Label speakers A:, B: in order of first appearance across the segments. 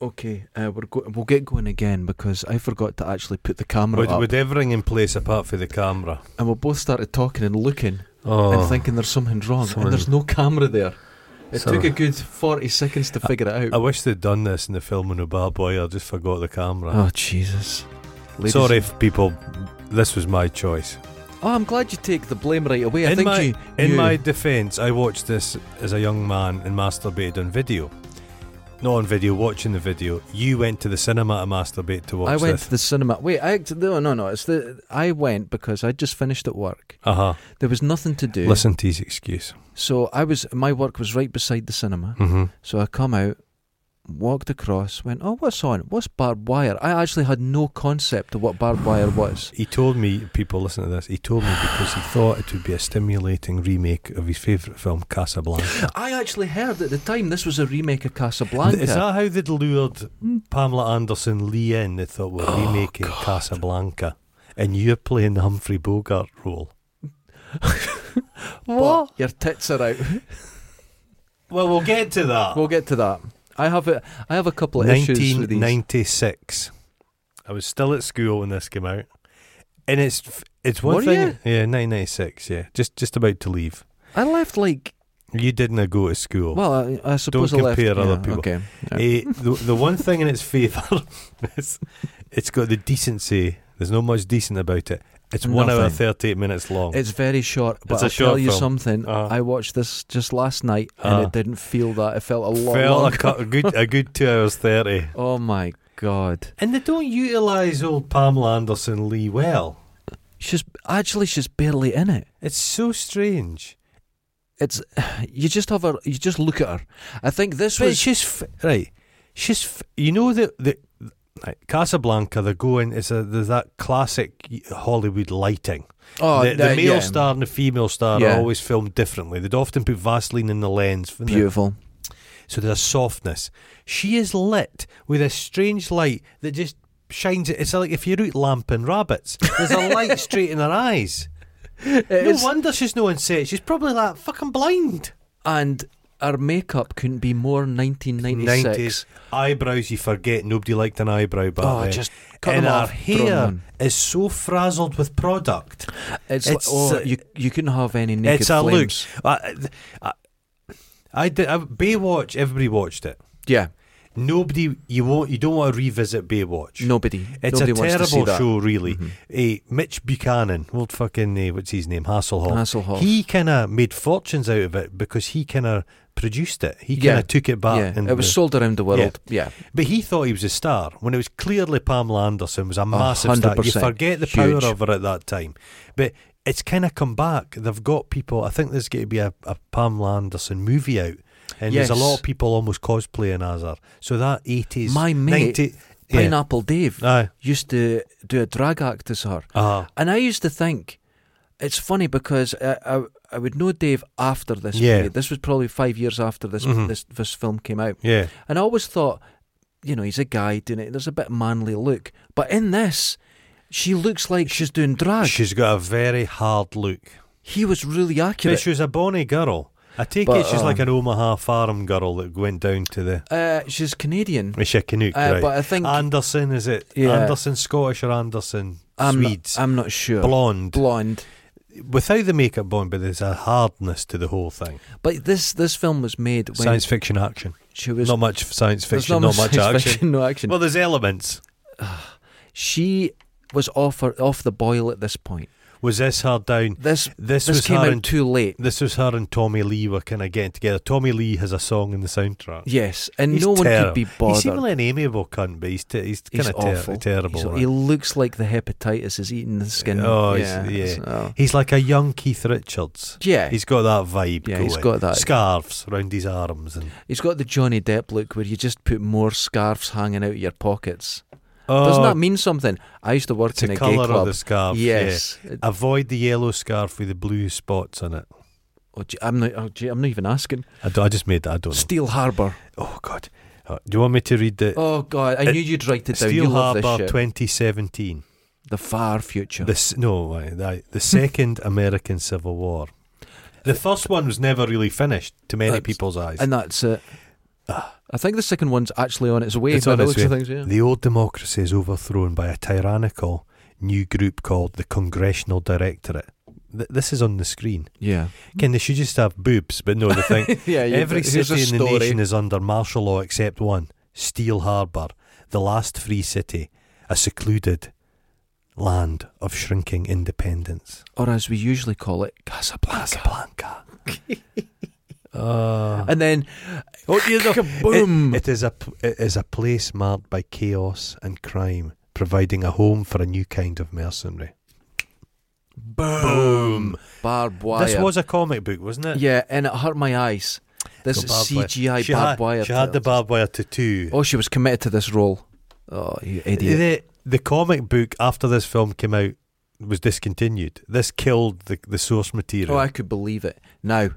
A: Okay, uh, we're go- we'll get going again because I forgot to actually put the camera
B: With,
A: up,
B: with everything in place apart from the camera.
A: and we both started talking and looking
B: Oh,
A: and thinking there's something wrong,
B: Something-
A: and there's no camera there. It
B: So-
A: took a good forty seconds to figure it
B: I
A: out.
B: wish they'd done this in the filming of Bad Boy. I just forgot the camera.
A: oh Jesus! Ladies-
B: Sorry, f- people. This was my choice.
A: Oh, I'm glad you take the blame right away. I
B: In
A: think
B: my-
A: you.
B: In
A: you-
B: my defence, I watched this as a young man and masturbated on video. Not on video, watching the video. You went to the cinema to masturbate to watch
A: I went
B: this.
A: to the cinema. Wait, I act- no, no, no. It's the I went because I just finished at work.
B: Uh huh.
A: There was nothing to do.
B: Listen to his excuse.
A: So I was my work was right beside the cinema.
B: hmm
A: So I come out, walked across, went, oh, what's on? What's barbed wire? I actually had no concept of what barbed wire was.
B: He told me, people listen to this, he told me because he thought it would be a stimulating remake of his favourite film, Casablanca.
A: I actually heard at the time this was a remake of Casablanca.
B: Is that how they'd lured Pamela Anderson Lee in? They thought we're
A: Oh,
B: remaking
A: God.
B: Casablanca. And you're playing the Humphrey Bogart role.
A: But Your tits are out.
B: Well, we'll get to that.
A: we'll get to that. I have a, I have a couple of issues with these.
B: 1996. I was still at school when this came out, and it's f- it's one
A: Were
B: thing.
A: you?
B: Yeah, 1996. Yeah, just just about to leave.
A: I left like,
B: You didn't go to school.
A: well, I, I suppose I left.
B: compare other
A: yeah,
B: people.
A: Okay.
B: Eh,
A: yeah.
B: the the one thing in its favour is it's got the decency. There's not much decent about it. It's one hour
A: Nothing.
B: thirty eight minutes long.
A: It's very short, but
B: It's a
A: I'll tell
B: short
A: you
B: film.
A: something.
B: Uh-huh.
A: I watched this just last night,
B: Uh-huh.
A: and it didn't feel that. It felt a lot
B: Fell a,
A: longer.
B: cou- a good a good two hours thirty.
A: Oh my god!
B: And they don't utilise old Pamela Anderson Lee well.
A: She's actually she's barely in it.
B: It's so strange.
A: It's you just have her. You just look at her. I think this
B: But
A: was
B: it's just f- right. She's f- you know the the right, Casablanca. They're going. It's a there's that classic Hollywood lighting.
A: oh
B: the, the
A: that-
B: male
A: yeah.
B: star and the female star
A: Yeah.
B: are always filmed differently. They'd often put Vaseline in the lens, for the-
A: Beautiful.
B: so there's a softness. She is lit with a strange light that just shines. It's like if you root lamp in rabbits. There's a light straight in her eyes. no
A: is-
B: wonder she's no on set. She's probably like fucking blind.
A: And her makeup couldn't be more 1996.
B: nineties eyebrows. You forget nobody liked an eyebrow back
A: Oh,
B: then.
A: just cut
B: and
A: them
B: our
A: off, throw
B: hair
A: them
B: is so frazzled with product.
A: It's, like,
B: It's,
A: oh,
B: uh,
A: you you couldn't have any naked
B: it's a
A: flames.
B: look. I, I, I did I, Baywatch. Everybody watched it.
A: Yeah,
B: Nobody. You won't. You don't want to revisit Baywatch.
A: nobody.
B: It's
A: nobody
B: a
A: wants to see
B: terrible
A: that. Mm-hmm.
B: show, really. Eh, Mitch Buchanan, old fucking eh, what's his name, Hasselhoff.
A: Hasselhoff.
B: He kind of made fortunes out of it because he kind of produced it. He kind
A: Yeah.
B: of took it back.
A: yeah,
B: and
A: it was
B: the-
A: sold around the world. Yeah,
B: But he thought he was a star when it was clearly Pamela Anderson was a massive star. You
A: 100%.
B: forget the
A: Oh, Huge.
B: power of her at that time. But it's kind of come back. They've got people. I think there's going to be a, a Pamela Anderson movie out, and there's
A: Yes.
B: a lot of people almost cosplaying as her. So that eighties,
A: My mate,
B: yeah,
A: Pineapple Dave
B: aye,
A: used to do a drag act as her.
B: uh,
A: And I used to think it's funny because I, I, I would know Dave after this
B: Yeah.
A: period. This was probably five years after this,
B: Mhm.
A: this this film came out,
B: yeah.
A: and I always thought, you know, he's a guy doing it. There's a bit manly look, but in this, she looks like she's doing drag.
B: She's got a very hard look.
A: he was really
B: But
A: accurate.
B: she was a bonny girl. I take
A: But,
B: it she's
A: um,
B: like an Omaha farm girl that went down to the.
A: uh, she's Canadian,
B: Is she a Canuck,
A: uh,
B: right?
A: but I think
B: Anderson is it?
A: Yeah.
B: Anderson Scottish or Anderson
A: I'm
B: Swedes?
A: I'm not sure.
B: blonde
A: Blonde.
B: without the makeup blonde, but there's a hardness to the whole thing.
A: But this this film was made when
B: science fiction action,
A: she was
B: not much science
A: there's
B: fiction, not, much
A: science
B: action.
A: fiction, no action.
B: Well, there's elements.
A: she was off her, off the boil at this point.
B: Was this her down?
A: This
B: This,
A: this
B: was
A: came
B: her
A: out
B: and
A: too late.
B: this was her and Tommy Lee were kind of getting together. Tommy Lee has a song in the soundtrack.
A: Yes, and
B: He's
A: no one
B: terrible.
A: could be
B: He
A: bothered.
B: seemed like an amiable cunt, but he's, t- he's kind
A: he's
B: of
A: awful.
B: terrible.
A: He's-
B: right?
A: He looks like the hepatitis is eating the skin.
B: Oh, he's-
A: yeah,
B: yeah.
A: so-
B: He's like a young Keith Richards.
A: yeah. He's,
B: He's eh? got that vibe
A: Yeah,
B: going.
A: he's got that.
B: Scarves round his arms and
A: got the Johnny Depp look where you just put more scarves hanging out of your pockets.
B: oh,
A: Doesn't that mean something? I used to work
B: it's
A: in
B: the
A: a gay
B: colour of
A: club.
B: the scarf.
A: yes. It-
B: yeah. Avoid the yellow scarf with the blue spots on it.
A: oh, gee, I'm not. Oh, gee, I'm not even asking.
B: I, do- I just made that. I don't
A: Steel Harbour.
B: know. Oh God. Uh, do you want me to read the
A: Oh God, I
B: It-
A: knew you'd write it down.
B: Uh, Steel
A: you love this
B: Harbor
A: shit.
B: 2017?
A: the far future.
B: The s no, aye, the, the second American Civil War. The first one was never really finished to many
A: That's-
B: people's eyes.
A: and that's it. I think the second one's actually on its way.
B: It's
A: by
B: on
A: the
B: its
A: looks of
B: way.
A: things, yeah.
B: The old democracy is overthrown by a tyrannical new group called the Congressional Directorate. Th- this is on the screen.
A: yeah.
B: Ken, they should just have boobs, but no, they think
A: Yeah, you-
B: every
A: here's a
B: city in the
A: story.
B: nation is under martial law except one Steel Harbour, the last free city, a secluded land of shrinking independence.
A: Or as we usually call it, Casablanca.
B: Casablanca. Uh,
A: And then,
B: oh, you know,
A: kaboom!
B: It is a p- it is a place marked by chaos and crime, providing a home for a new kind of mercenary.
A: boom! Barbed wire.
B: This was a comic book, wasn't it?
A: Yeah, and it hurt my eyes. This
B: The
A: is
B: barbed wire.
A: CGI
B: she
A: barbed
B: had,
A: wire.
B: She had the
A: tales.
B: barbed wire tattoo.
A: Oh, she was committed to this role. Oh, you idiot.
B: the, the comic book after this film came out was discontinued. This killed the the source material.
A: Oh, I could believe it. Now,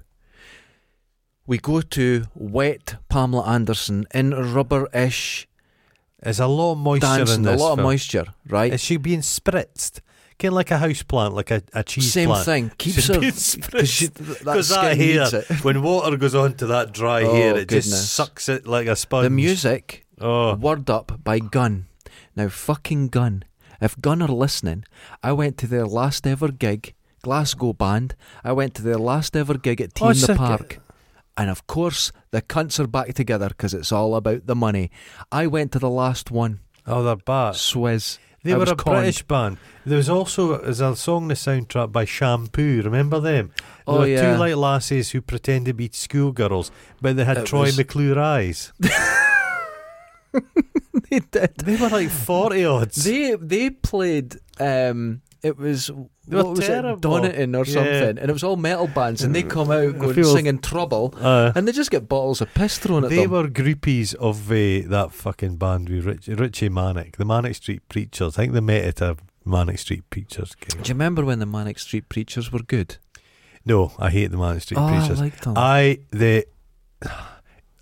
A: we go to wet Pamela Anderson in rubber ish
B: There's a lot of moisture in
A: dancing, a
B: this.
A: lot of
B: film.
A: moisture, right?
B: Is she being spritzed? Kind of like a house plant, like a, a cheese
A: Same
B: plant.
A: thing. Keeps
B: She's
A: her.
B: being
A: Because she, th- that
B: Because that
A: skin
B: hair,
A: needs it.
B: when water goes onto that dry
A: Oh,
B: hair, it
A: goodness.
B: just sucks it like a sponge.
A: The music
B: Oh,
A: Word up by Gun. Now, fucking Gun. If Gun are listening, I went to their last ever gig, Glasgow band. I went to their last ever gig at Tea
B: Oh,
A: in the
B: sick.
A: Park. And of course, the cunts are back together because it's all about the money. I went to the last one,
B: oh, they're back.
A: Swizz.
B: They
A: I
B: were
A: was
B: a
A: conned.
B: British band. There was also there's a song in the soundtrack by Shampoo. Remember them? There
A: Oh,
B: were
A: yeah.
B: two light lasses who pretended to be schoolgirls, but they had
A: It
B: Troy
A: was-
B: McClure eyes.
A: they did.
B: They were like forty odds.
A: They they played. Um, it was
B: They were
A: what was it,
B: terrible.
A: Donington or
B: Yeah. Mm.
A: something, and it was all metal bands, and they come out going
B: feel-
A: singing trouble,
B: Uh,
A: and they just get bottles of piss thrown at
B: they
A: them.
B: were groupies of uh, that fucking band with Rich, Richie Manic, the Manic Street Preachers. I think they met at a Manic Street Preachers game.
A: Do you remember when the Manic Street Preachers were good?
B: No, I hate the Manic Street
A: oh,
B: Preachers.
A: I liked them.
B: I the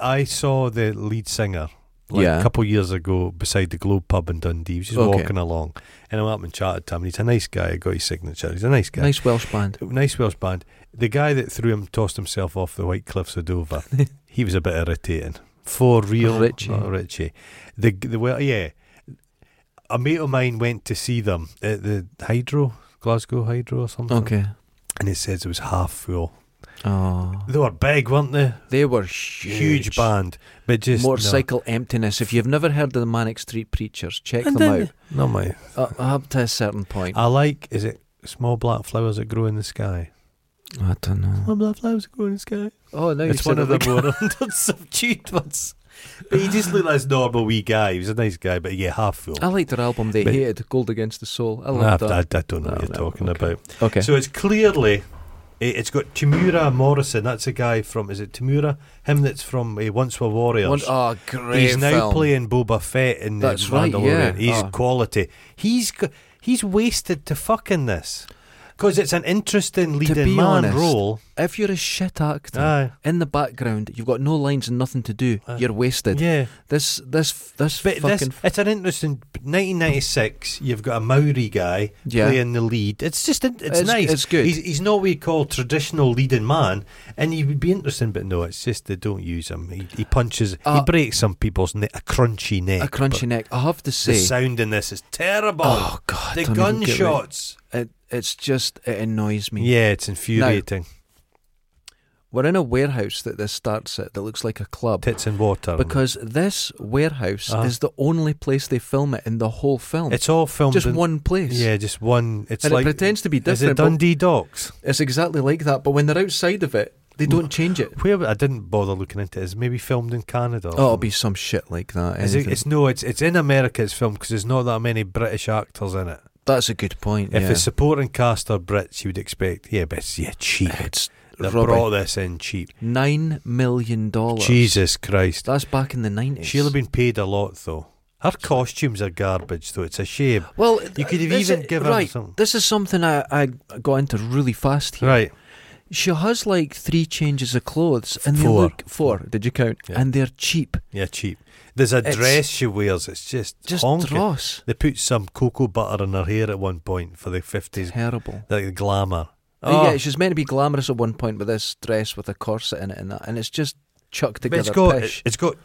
B: I saw the lead singer like
A: Yeah.
B: a couple years ago beside the Globe Pub in Dundee. He was just
A: Okay.
B: walking along, and I went up and chatted to him. And he's a nice guy. I got his signature. He's a nice guy.
A: nice Welsh band.
B: Nice Welsh band. The guy that threw him tossed himself off the White Cliffs of Dover. he was a bit irritating. For real,
A: Richie.
B: not Richie. The the well, yeah. A mate of mine went to see them at the Hydro, Glasgow Hydro or something,
A: Okay.
B: and he says it was half full.
A: Oh,
B: They were big, weren't they?
A: they were huge.
B: huge, band, but just
A: Motorcycle emptiness. If you've never heard of the Manic Street Preachers, check
B: No, and
A: them
B: then- Ah.
A: out.
B: no, my.
A: Up- up to a certain point.
B: I like. Is it small black flowers that grow in the sky?
A: I don't know.
B: Small black flowers that grow in the sky.
A: Oh, no, you
B: it's
A: said
B: one
A: it
B: of the
A: like-
B: more unsubdued ones. But he just looked like this normal wee guy. He was a nice guy, but yeah, half full.
A: I liked their album they
B: But-
A: hated, Gold Against the Soul. I
B: I,
A: loved
B: I, I
A: that.
B: don't know
A: No,
B: what you're
A: no,
B: talking
A: okay.
B: about.
A: Okay.
B: So it's clearly. it- It's got Tamura Morrison. That's a guy from. Is it Tamura? Him that's from uh, Once Were Warriors.
A: One- oh, great
B: He's now
A: film.
B: playing Boba Fett in
A: That's
B: the
A: right, yeah.
B: Mandalorian. He's
A: Oh.
B: quality. He's g- he's wasted to fucking this because it's an interesting
A: be
B: leading man
A: honest,
B: role.
A: If you're a shit actor
B: Aye.
A: in the background, you've got no lines and nothing to do.
B: Aye.
A: you're wasted.
B: Ah. Yeah,
A: This, this, this
B: but
A: fucking.
B: this it's an interesting 1996. You've got a Maori guy
A: Yeah.
B: playing the lead. It's just in- it's,
A: It's-
B: nice.
A: it's good.
B: He's, he's not what you call traditional leading man, and he would be interesting. But no, it's just they don't use him. He, he punches.
A: Uh,
B: he breaks some people's neck. A crunchy neck.
A: a crunchy
B: but
A: neck. I have to
B: The
A: say,
B: sound in this is terrible.
A: oh god,
B: the
A: don't even get me-
B: gunshots.
A: It, it's just it annoys me.
B: Yeah, it's infuriating.
A: We're in a warehouse that this starts at that looks like a club
B: Tits and water.
A: because this warehouse
B: Uh-huh.
A: is the only place they film it in the whole film.
B: it's all filmed.
A: just
B: in-
A: one place.
B: Yeah, just one. It's
A: and
B: like
A: it pretends to be
B: is it
A: different. but
B: Dundee Docks?
A: it's exactly like that, but when they're outside of it, they don't
B: Mm.
A: change it.
B: Where I didn't bother looking into it. Is it maybe filmed in Canada? or
A: Oh, it'll
B: something?
A: be some shit like that.
B: Is it,
A: anything.
B: it's no, it's it's in America. It's filmed because there's not that many British actors in it.
A: That's a good point.
B: If
A: yeah.
B: it's supporting cast or Brits, you would expect. Yeah, but it's, yeah, cheap.
A: It's
B: They
A: rubbish.
B: brought this in cheap.
A: nine million dollars.
B: Jesus Christ!
A: That's back in the nineties.
B: She'll have been paid a lot though. Her costumes are garbage though. It's a shame.
A: Well,
B: You could have
A: this
B: even
A: is-
B: given
A: right,
B: some-
A: This is something I, I got into really fast here.
B: Right.
A: She has like three changes of clothes, and they
B: Four.
A: look four. Did you count?
B: Yeah.
A: And they're cheap,
B: Yeah, cheap. There's a
A: It's-
B: dress she wears. It's just
A: just
B: honking.
A: dross.
B: They put some cocoa butter in her hair at one point for the fifties,
A: Terrible.
B: like the glamour.
A: Uh, Yeah,
B: Oh,
A: she's meant to be glamorous at one point with this dress with a corset in it and that, and it's just chucked
B: but
A: together.
B: it's got
A: pish.
B: it's got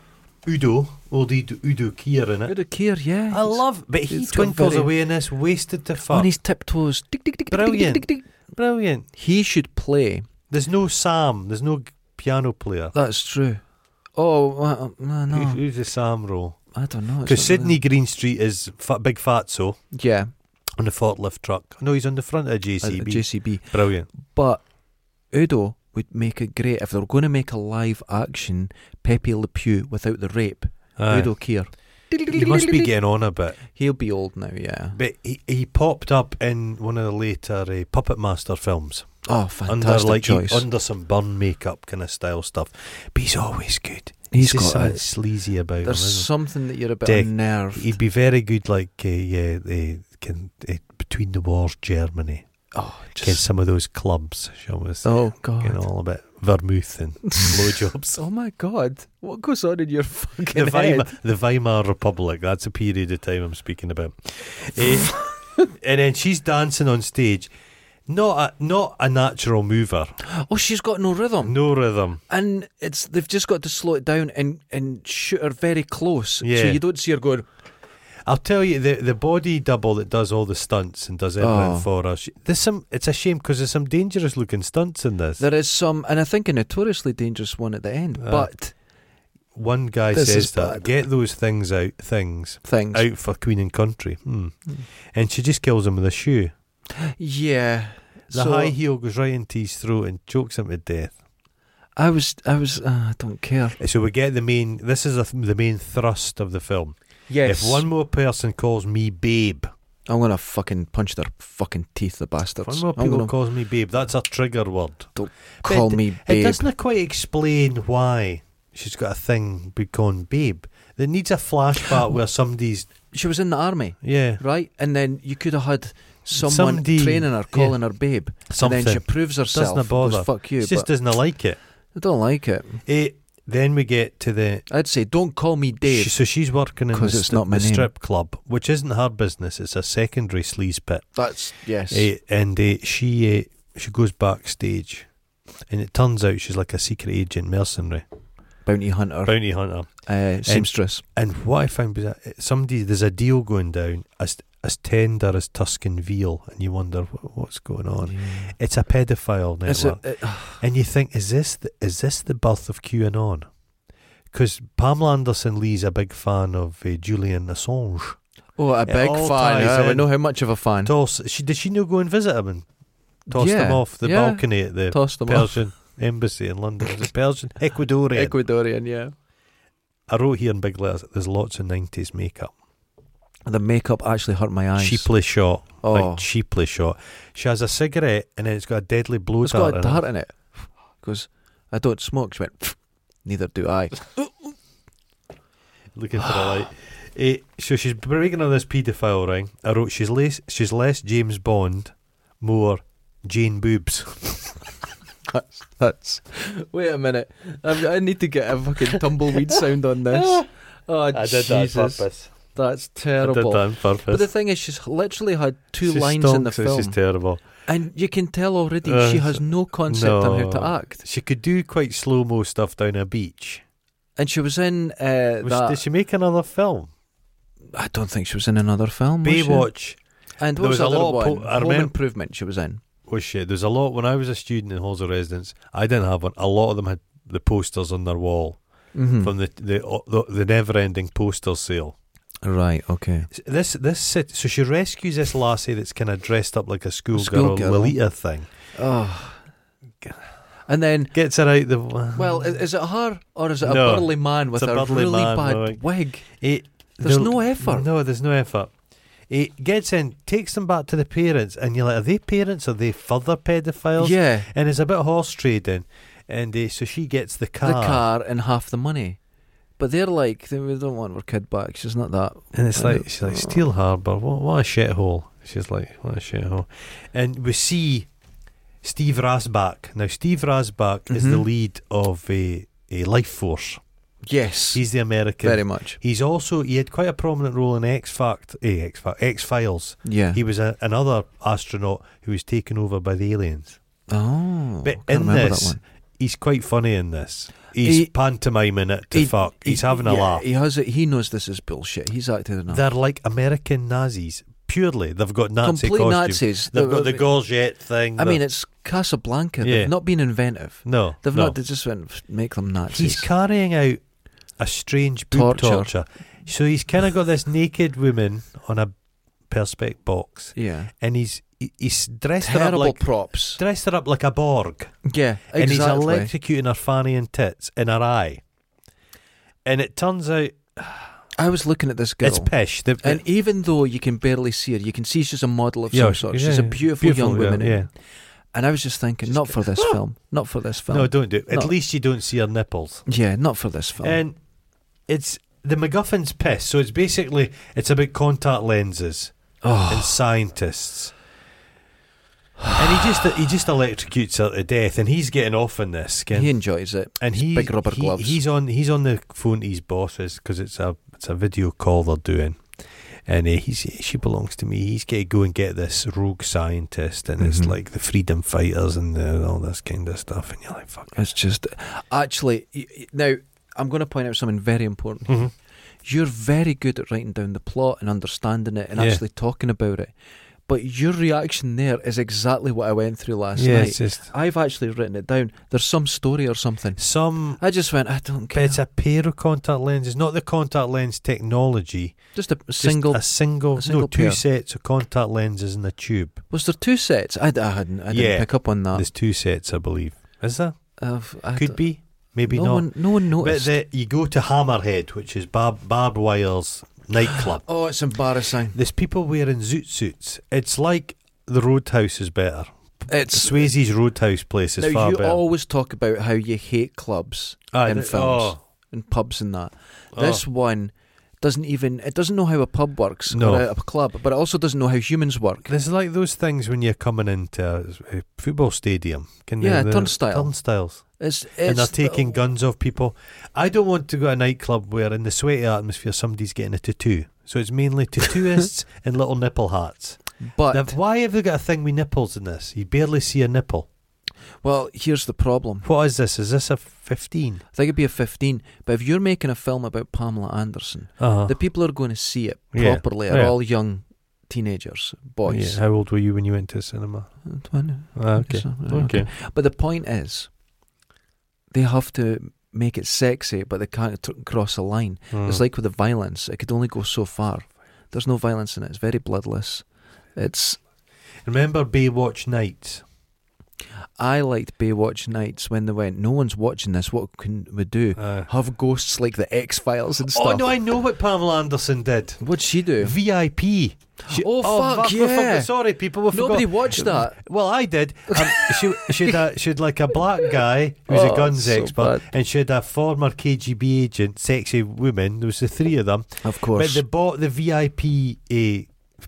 B: Udo, old Udo, Udo Kier in it.
A: Out of care, yeah.
B: I love, but he
A: it's got
B: twinkles
A: very-
B: away in this wasted to
A: on
B: fuck.
A: his tiptoes. Tick, tick, tick, tick, tick, tick,
B: Brilliant.
A: tick, tick.
B: Brilliant.
A: He should play.
B: There's no Sam. There's no g- piano player.
A: That's true. Oh uh, uh,
B: Who-
A: no,
B: Who's the Sam role?
A: I don't know. It's
B: Because
A: not really-
B: Sydney Greenstreet is fa- big fatso
A: yeah, uh,
B: on the forklift truck. No, he's on the front of
A: at the
B: JCB.
A: JCB.
B: Brilliant.
A: But Udo would make it great if they were going to make a live action Pepe Le Pew without the rape.
B: Aye.
A: Udo Kier.
B: He must be getting on a bit.
A: He'll be old now, yeah.
B: But he, he popped up in one of the later uh, Puppet Master films.
A: Oh, fantastic
B: under like he-
A: choice.
B: under some burn makeup kind of style stuff. But he's always good.
A: He's
B: just
A: got
B: something
A: a,
B: sleazy about him.
A: There's
B: isn't
A: something that you're a bit
B: Dick.
A: unnerved.
B: he? He'd be very good, like uh, yeah, the can uh, between the wars Germany.
A: oh,
B: Get
A: just,
B: some of those clubs, shall we say?
A: oh God.
B: You know, all about vermouth and blowjobs.
A: Oh my God! What goes on in your
B: The
A: fucking head?
B: Weimar, the Weimar Republic. That's a period of time I'm speaking about. Eh, and then she's dancing on stage. Not a, not a natural mover.
A: Oh, she's got no rhythm,
B: No rhythm.
A: and it's they've just got to slow it down and and shoot her very close,
B: Yeah.
A: so you don't see her going.
B: I'll tell you, the the body double that does all the stunts and does everything
A: Oh.
B: for us. There's some. It's a shame because there's some dangerous looking stunts in this.
A: There is some, and I think a notoriously dangerous one at the end,
B: Uh,
A: but
B: One guy
A: This
B: says
A: is
B: that.
A: bad.
B: Get those things out. Things
A: things.
B: out for Queen and Country. Hmm.
A: Mm.
B: And she just kills him with a shoe.
A: Yeah.
B: The
A: so
B: high heel goes right into his throat and chokes him to death.
A: I was, I was, uh, I don't care.
B: So we get the main. This is a th- the main thrust of the film.
A: Yes.
B: If one more person calls me babe,
A: I'm gonna fucking punch their fucking teeth, the
B: if one
A: bastards.
B: more
A: I'm
B: people
A: gonna
B: calls me babe. That's a trigger word.
A: call
B: But
A: me
B: It
A: babe.
B: doesn't quite explain why she's got a thing be called Babe. There needs a flashback where somebody's
A: She was in the army,
B: yeah
A: right? And then you could have had someone
B: Somebody-
A: training her, calling her babe,
B: something.
A: and then she proves herself.
B: Doesn't bother.
A: goes, Fuck you.
B: she just
A: but
B: doesn't like it.
A: I don't like it.
B: Eh, then we get to the
A: I'd say don't call me Dave.
B: she, so she's working in the,
A: 'Cause it's
B: st-
A: not my
B: the
A: name.
B: strip club, which isn't her business. It's a secondary sleaze pit,
A: That's yes.
B: Eh, and eh, she eh, she goes backstage, and it turns out she's like a secret agent mercenary,
A: Bounty hunter,
B: bounty hunter.
A: uh, seamstress.
B: And what I found was that it- somebody there's a deal going down as as tender as Tuscan veal, and you wonder "Wh- what's going on.
A: Yeah.
B: It's a pedophile
A: It's a-
B: network,
A: it- uh,
B: and you think is this the, is this the birth of QAnon? Because Pamela Anderson Lee's a big fan of uh, Julian Assange.
A: oh, a
B: It
A: big
B: all
A: fan.
B: ties
A: I would
B: in.
A: know how much of a fan.
B: Toss she did she no go and visit him and toss
A: Yeah,
B: him off the
A: yeah.
B: balcony at the
A: Toss them off.
B: Persian embassy in London? Is it Persian Ecuadorian?
A: Ecuadorian, yeah.
B: I wrote here in big letters. There's lots of nineties makeup.
A: The makeup actually hurt my eyes.
B: Cheaply shot.
A: oh,
B: like cheaply shot. She has a cigarette and then it's got a deadly blow
A: it's got
B: dart
A: a
B: in
A: dart
B: it.
A: in it. Because I don't smoke. She went. Neither do I.
B: Looking for a light. Eh, so she's breaking on this paedophile ring. I wrote she's less she's less James Bond, more Jane Boobs.
A: That's. Wait a minute. I've, I need to get a fucking tumbleweed sound on this. Oh Jesus,
B: purpose.
A: that's
B: I did
A: terrible.
B: that on
A: But
B: purpose.
A: the thing is, she's literally had two
B: She
A: lines in the
B: stonks, This
A: film,
B: is terrible.
A: and you can tell already
B: Uh,
A: she has no concept on how to
B: no.
A: act.
B: She could do quite slow mo stuff down a beach.
A: And she was in uh,
B: Was-
A: that.
B: did she make another film?
A: I don't think she was in another film. was she?
B: Baywatch.
A: And
B: There
A: what was,
B: was
A: the
B: a
A: other
B: lot of
A: one?
B: po- I
A: Home
B: remem-
A: Improvement. She was in.
B: was shit. There's a lot when I was a student in halls of residence. I didn't have one. A lot of them had the posters on their wall.
A: Mhm.
B: from the the, the, the never-ending poster sale.
A: Right. Okay.
B: This this sit- so she rescues this lassie that's kind of dressed up like a schoolgirl
A: schoolgirl.
B: Lolita thing.
A: Oh. And then,
B: Gets her out the well.
A: well, i- is it her or is it a
B: No,
A: burly man with
B: it's a
A: a,
B: burly
A: really
B: man
A: bad
B: with a
A: wig?
B: It,
A: There's
B: eh, the-
A: no effort.
B: No, there's no effort. It gets in, takes them back to the parents, and you're like, are they parents? Are they further pedophiles?
A: Yeah.
B: And it's a bit horse trading, and uh, so she gets the car.
A: The car and half the money. But they're like, they- we don't want our kid back. She's not that.
B: And it's
A: I
B: like
A: don't-
B: she's like Steel Harbour. What what a shithole. She's like what a shithole. And we see Steve Rasbach. Now Steve Rasbach is the
A: Mhm.
B: lead of a, a Life Force.
A: Yes.
B: He's the American.
A: very much.
B: He's also he had quite a prominent role in X Fact, eh, X Fact, X Files.
A: Yeah.
B: He was a, another astronaut who was taken over by the aliens.
A: oh.
B: But
A: I can't
B: in
A: remember
B: this,
A: that one.
B: he's quite funny in this. He's
A: He-
B: pantomiming it to
A: He-
B: fuck.
A: he-
B: He's having a
A: yeah,
B: laugh.
A: He has it. He knows this is bullshit. He's acted enough.
B: They're like American Nazis. Purely, they've got Nazi
A: Complete
B: costumes.
A: Nazis.
B: They've got
A: They're-
B: the gorget thing.
A: I mean,
B: they're-
A: it's Casablanca.
B: Yeah.
A: They've not been inventive.
B: no,
A: They've
B: no.
A: not. They just went make them Nazis.
B: He's carrying out a strange boob
A: Torture.
B: torture. So he's kind of got this naked woman on a perspect box,
A: yeah.
B: and he's he- he's dressed her up
A: Terrible
B: like
A: props.
B: dressed her up like a Borg,
A: Yeah, exactly.
B: and he's electrocuting her fanny and tits in her eye. And it turns out
A: I was looking at this girl.
B: it's pish. The-
A: And even though you can barely see her, you can see she's a model of
B: Yeah,
A: some sort. She's a
B: yeah,
A: beautiful, young
B: girl,
A: woman.
B: Yeah.
A: And I was just thinking, not for this film. Not for this film.
B: No, don't do it. At
A: No.
B: least you don't see her nipples.
A: yeah, not for this film.
B: And it's the MacGuffin's piss. So it's basically it's about contact lenses.
A: oh,
B: and scientists. And he just he just electrocutes her to death, and he's getting off in this. Skin.
A: he enjoys it.
B: and
A: his
B: he,
A: big rubber
B: he-
A: gloves.
B: He's on he's on the phone to his bosses because it's a it's a video call they're doing, and uh, he's she belongs to me. He's got to go and get this rogue scientist, and it's
A: Mhm.
B: like the freedom fighters and the, all this kind of stuff. And you're like, fuck.
A: It's just actually y- y- now I'm going to point out something very important. here.
B: Mhm.
A: You're very good at writing down the plot and understanding it and
B: Yeah.
A: actually talking about it, but your reaction there is exactly what I went through last
B: yeah,
A: night.
B: it's just
A: I've actually written it down. There's some story or something.
B: some.
A: I just went, I don't care.
B: It's a pair of contact lenses, not the contact lens technology.
A: Just a
B: just
A: single.
B: a single,
A: a single
B: no, two
A: pair.
B: sets of contact lenses in the tube.
A: was there two sets? I, I hadn't. I didn't
B: Yeah.
A: pick up on that.
B: There's two sets, I believe. Is there?
A: I've, Ah. I
B: Could
A: don't-
B: be. Maybe
A: no
B: not.
A: One, no one
B: but
A: noticed.
B: the, you go to Hammerhead, which is Barb, Barbed Wire's nightclub.
A: oh, it's embarrassing.
B: There's people wearing zoot suits. It's like the Roadhouse is better.
A: It's
B: Swayze's Roadhouse place is
A: now
B: far
A: you
B: better.
A: always talk about how you hate clubs
B: Aye,
A: in
B: th-
A: films.
B: oh,
A: and pubs and that.
B: oh.
A: This one doesn't even it doesn't know how a pub works
B: No.
A: or a, a club, but it also doesn't know how humans work.
B: This is like those things when you're coming into a, a football stadium. Can
A: Yeah,
B: the, the
A: turnstile.
B: Turnstiles.
A: It's, it's
B: and they're taking guns off people. I don't want to go to a nightclub where, in the sweaty atmosphere, somebody's getting a tattoo. So it's mainly tattooists and little nipple hats.
A: But
B: Now, why have they got a thing with nipples in this? You barely see a nipple.
A: well, here's the problem.
B: What is this? Is this a 15?
A: I think it'd be a 15, but if you're making a film about Pamela Anderson,
B: Uh-huh.
A: the people who are going to see it
B: Yeah,
A: properly are
B: yeah.
A: all young teenagers, boys. Uh,
B: Yeah, how old were you when you went to the cinema?
A: 20,
B: Ah, okay.
A: something like
B: Okay.
A: that. But the point is, they have to make it sexy, but they can't t- cross a line.
B: Mm. Hmm.
A: It's like with the violence; it could only go so far. There's no violence in it. It's very bloodless. It's
B: Remember Baywatch Nights?
A: I liked Baywatch nights when they went. No one's watching this. What can we do?
B: Uh,
A: Have ghosts like the X Files and stuff.
B: oh, no, I know what Pamela Anderson did.
A: What'd she do?
B: VIP. She-
A: Oh, fuck,
B: we forgot-
A: yeah.
B: Sorry, people, we forgot.
A: Nobody watched that.
B: Well, I did. Um, she she had a, she had like a black guy who was
A: Oh,
B: a guns
A: so
B: expert,
A: bad.
B: and she had a former KGB agent, sexy woman. There was the three of them,
A: Of
B: but
A: course.
B: they bought the VIP eh,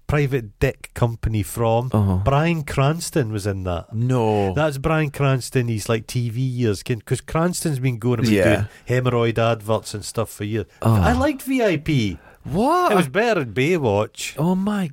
B: private dick company from
A: oh
B: Brian Cranston was in that.
A: no.
B: That's Brian Cranston. He's like TV years because Cranston's been going about
A: Yeah.
B: doing hemorrhoid adverts and stuff for years.
A: Oh.
B: I liked VIP. It
A: what?
B: was better than Baywatch,
A: oh my!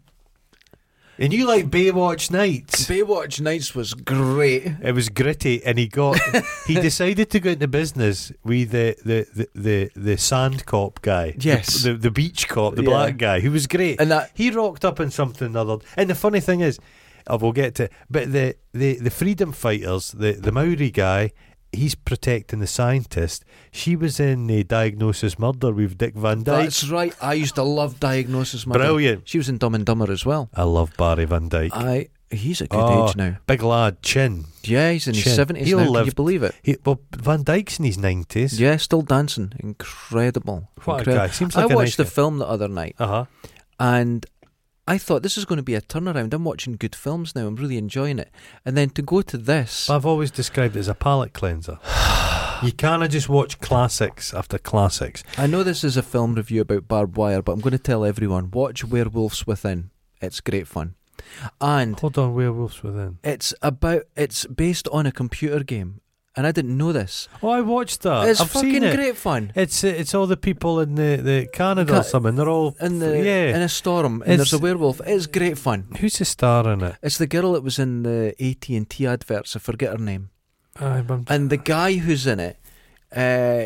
B: and you like Baywatch nights.
A: Baywatch nights was great.
B: It was gritty, and he got. he decided to go into business with the the the the, the sand cop guy. The-
A: Yes.
B: the, the, beach cop, the
A: Yeah.
B: black guy, who was great.
A: And that-
B: he rocked up in something other. And the funny thing is, oh, we'll get to. it, But the the the freedom fighters, the the Maori guy. He's protecting the scientist. She was in the Diagnosis Murder with Dick Van Dyke.
A: That's right. I used to love Diagnosis Murder.
B: Brilliant.
A: She was in Dumb and Dumber as well.
B: I love Barry Van Dyke.
A: I. He's a good
B: Oh,
A: age now.
B: Big lad, chin.
A: Yeah, he's in his
B: Shit.
A: seventies
B: He'll
A: now. Can
B: live-
A: you believe it?
B: He, well, Van Dyke's in his 90s.
A: Yeah, still dancing. Incredible.
B: What a
A: Incredible.
B: guy. Seems
A: I
B: like a
A: watched the
B: nice
A: film the other night
B: Uh huh.
A: and I thought this is going to be a turnaround. I'm watching good films now. I'm really enjoying it. And then to go to this,
B: I've always described it as a palate cleanser. you kind of just watch classics after classics.
A: I know this is a film review about barbed wire, but I'm going to tell everyone watch Werewolves Within. It's great fun. And
B: Hold on, Werewolves Within.
A: it's about, it's based on a computer game. And I didn't know this.
B: Oh, I watched that.
A: it's
B: I've
A: fucking
B: seen it.
A: great fun.
B: It's uh, it's all the people in the, the Canada
A: Ca-
B: or something. They're all
A: In, the,
B: yeah.
A: in a storm, and
B: It's-
A: there's a werewolf. It's great fun.
B: Who's the star in it?
A: It's the girl that was in the AT and T adverts. I forget her name.
B: Aye, but I'm-
A: And the guy who's in it, uh,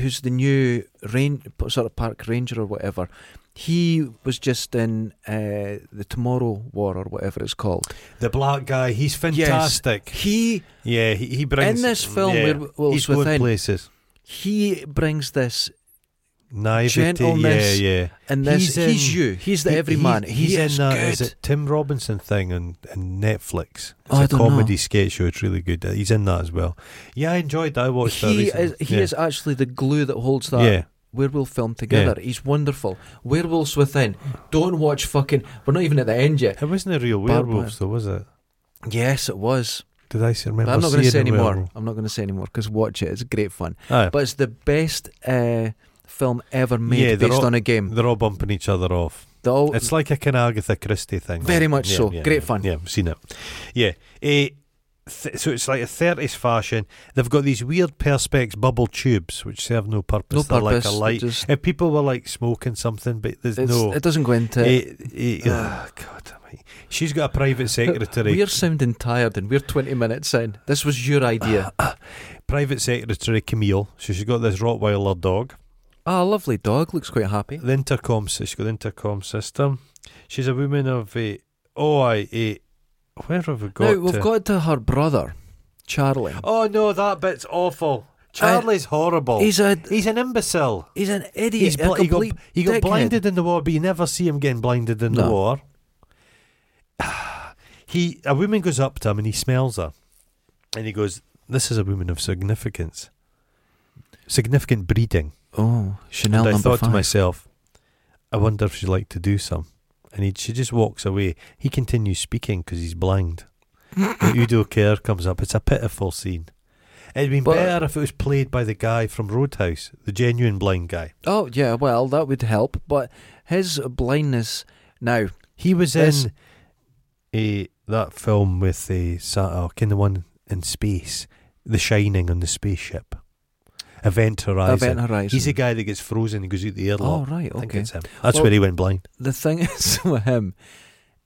A: who's the new rain, sort of park ranger or whatever, he was just in uh, the Tomorrow War or whatever it's called.
B: the black guy, he's fantastic.
A: He
B: Yeah, he, he brings
A: in this film
B: yeah,
A: where Will's
B: he's going
A: within,
B: places.
A: he brings this
B: Naivety,
A: Gentleness.
B: yeah, yeah.
A: and this.
B: He's
A: He's,
B: in-
A: you. He's the
B: He-
A: everyman.
B: He's,
A: he
B: in
A: is
B: that
A: good.
B: is it Tim Robinson thing on, on Netflix. It's
A: Oh, I
B: a
A: don't
B: comedy
A: know.
B: sketch show. It's really good. Uh, He's in that as well. Yeah, I enjoyed that. I watched that
A: He
B: recently.
A: is. He
B: yeah.
A: is actually the glue that holds that
B: Yeah,
A: werewolf film together. He's wonderful. Werewolves Within. Don't watch fucking. We're not even at the end yet.
B: it wasn't a real
A: Barbara.
B: werewolf though, was it?
A: Yes, it was.
B: Did I see-
A: But
B: remember?
A: I'm not going
B: seeing
A: to say
B: a
A: any more.
B: werewolf?
A: I'm not going to say any more because watch it. It's great fun.
B: Aye.
A: But it's the best uh, film ever made
B: Yeah, they're
A: based
B: all-
A: on a game.
B: They're all bumping each other off.
A: They're all,
B: It's like a kind of Agatha Christie thing.
A: Oh, Very
B: like-
A: much
B: yeah,
A: so.
B: yeah,
A: Great
B: yeah,
A: fun.
B: Yeah, I've seen it. Yeah. Eh, th- so it's like a 30s fashion. They've got these weird Perspex bubble tubes which serve no purpose.
A: no
B: They're
A: purpose.
B: like a light.
A: just-
B: If people were like smoking something, but there's
A: it's- uh, Ah,
B: no.
A: It doesn't go into.
B: Eh, eh,
A: Ugh.
B: oh, God, almighty. she's got a private secretary.
A: We're sounding tired and we're 20 minutes in. This was your idea.
B: Private secretary Camille. So she's got this Rottweiler dog.
A: Ah, lovely dog. Looks quite happy.
B: The intercom. sy- She's got the intercom system. She's a woman of. eh, oh, I. eh, where have we got?
A: now, we've
B: to?
A: got to her brother, Charlie.
B: Oh no, that bit's awful. Charlie's horrible. He's,
A: He's a
B: an imbecile.
A: he's an idiot. a
B: Oh. He's bl- he got,
A: complete
B: he got
A: dickhead.
B: blinded in the war, but you never see him getting blinded in the
A: No.
B: war. he a woman goes up to him and he smells her, and he goes, "This is a woman of significance, significant breeding."
A: Oh, Chanel
B: and I
A: number
B: thought
A: five.
B: to myself, "I wonder if she'd like to do some." And he, she just walks away. He continues speaking because he's blind. But Udo Kerr comes up. It's a pitiful scene. It'd been
A: But-
B: better if it was played by the guy from Roadhouse, the genuine blind guy.
A: oh yeah, well that would help. But his blindness now.
B: He was
A: This-
B: in a that film with the Saturk in the one in space, The Shining on the spaceship, Event Horizon.
A: Event Horizon.
B: He's the guy that gets frozen and goes out the
A: oh
B: airlock.
A: right,
B: I think
A: okay.
B: it's him. That's
A: Well-
B: where he went blind.
A: The thing is with him,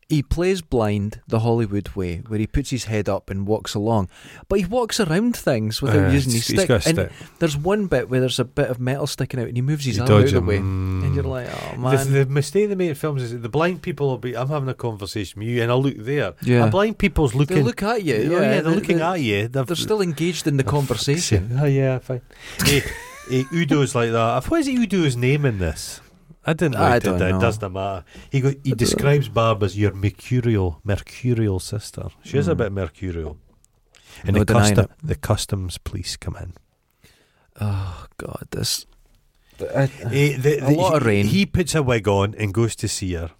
A: he plays blind the Hollywood way, where he puts his head up and walks along, but he walks around things without
B: Uh,
A: using his stick.
B: he's- he's got a
A: And
B: stick.
A: There's one bit where there's a bit of metal sticking out, and he moves his
B: You
A: arm out
B: dodge
A: of the
B: him.
A: way,
B: Mm.
A: and you're like, oh
B: The,
A: man,
B: the mistake they make in films is that the blind people will be. I'm having a conversation with you, and I'll look there.
A: Yeah.
B: And blind people's looking.
A: they look at you.
B: oh, yeah, they're, looking at you. They've,
A: They're still engaged in the conversation.
B: Oh, yeah, fine. hey, hey, Udo's like that. What is Udo's name in this? I didn't
A: I
B: write it
A: don't
B: down.
A: know.
B: It doesn't matter. He go, he
A: don't-
B: describes Barb as your mercurial, mercurial sister. She is a
A: Hmm.
B: bit mercurial. And
A: No
B: the,
A: denying
B: custom, the customs police come in.
A: Oh god, this.
B: Eh, the-
A: A
B: the-
A: lot of
B: he-
A: rain.
B: He puts a wig on and goes to see her.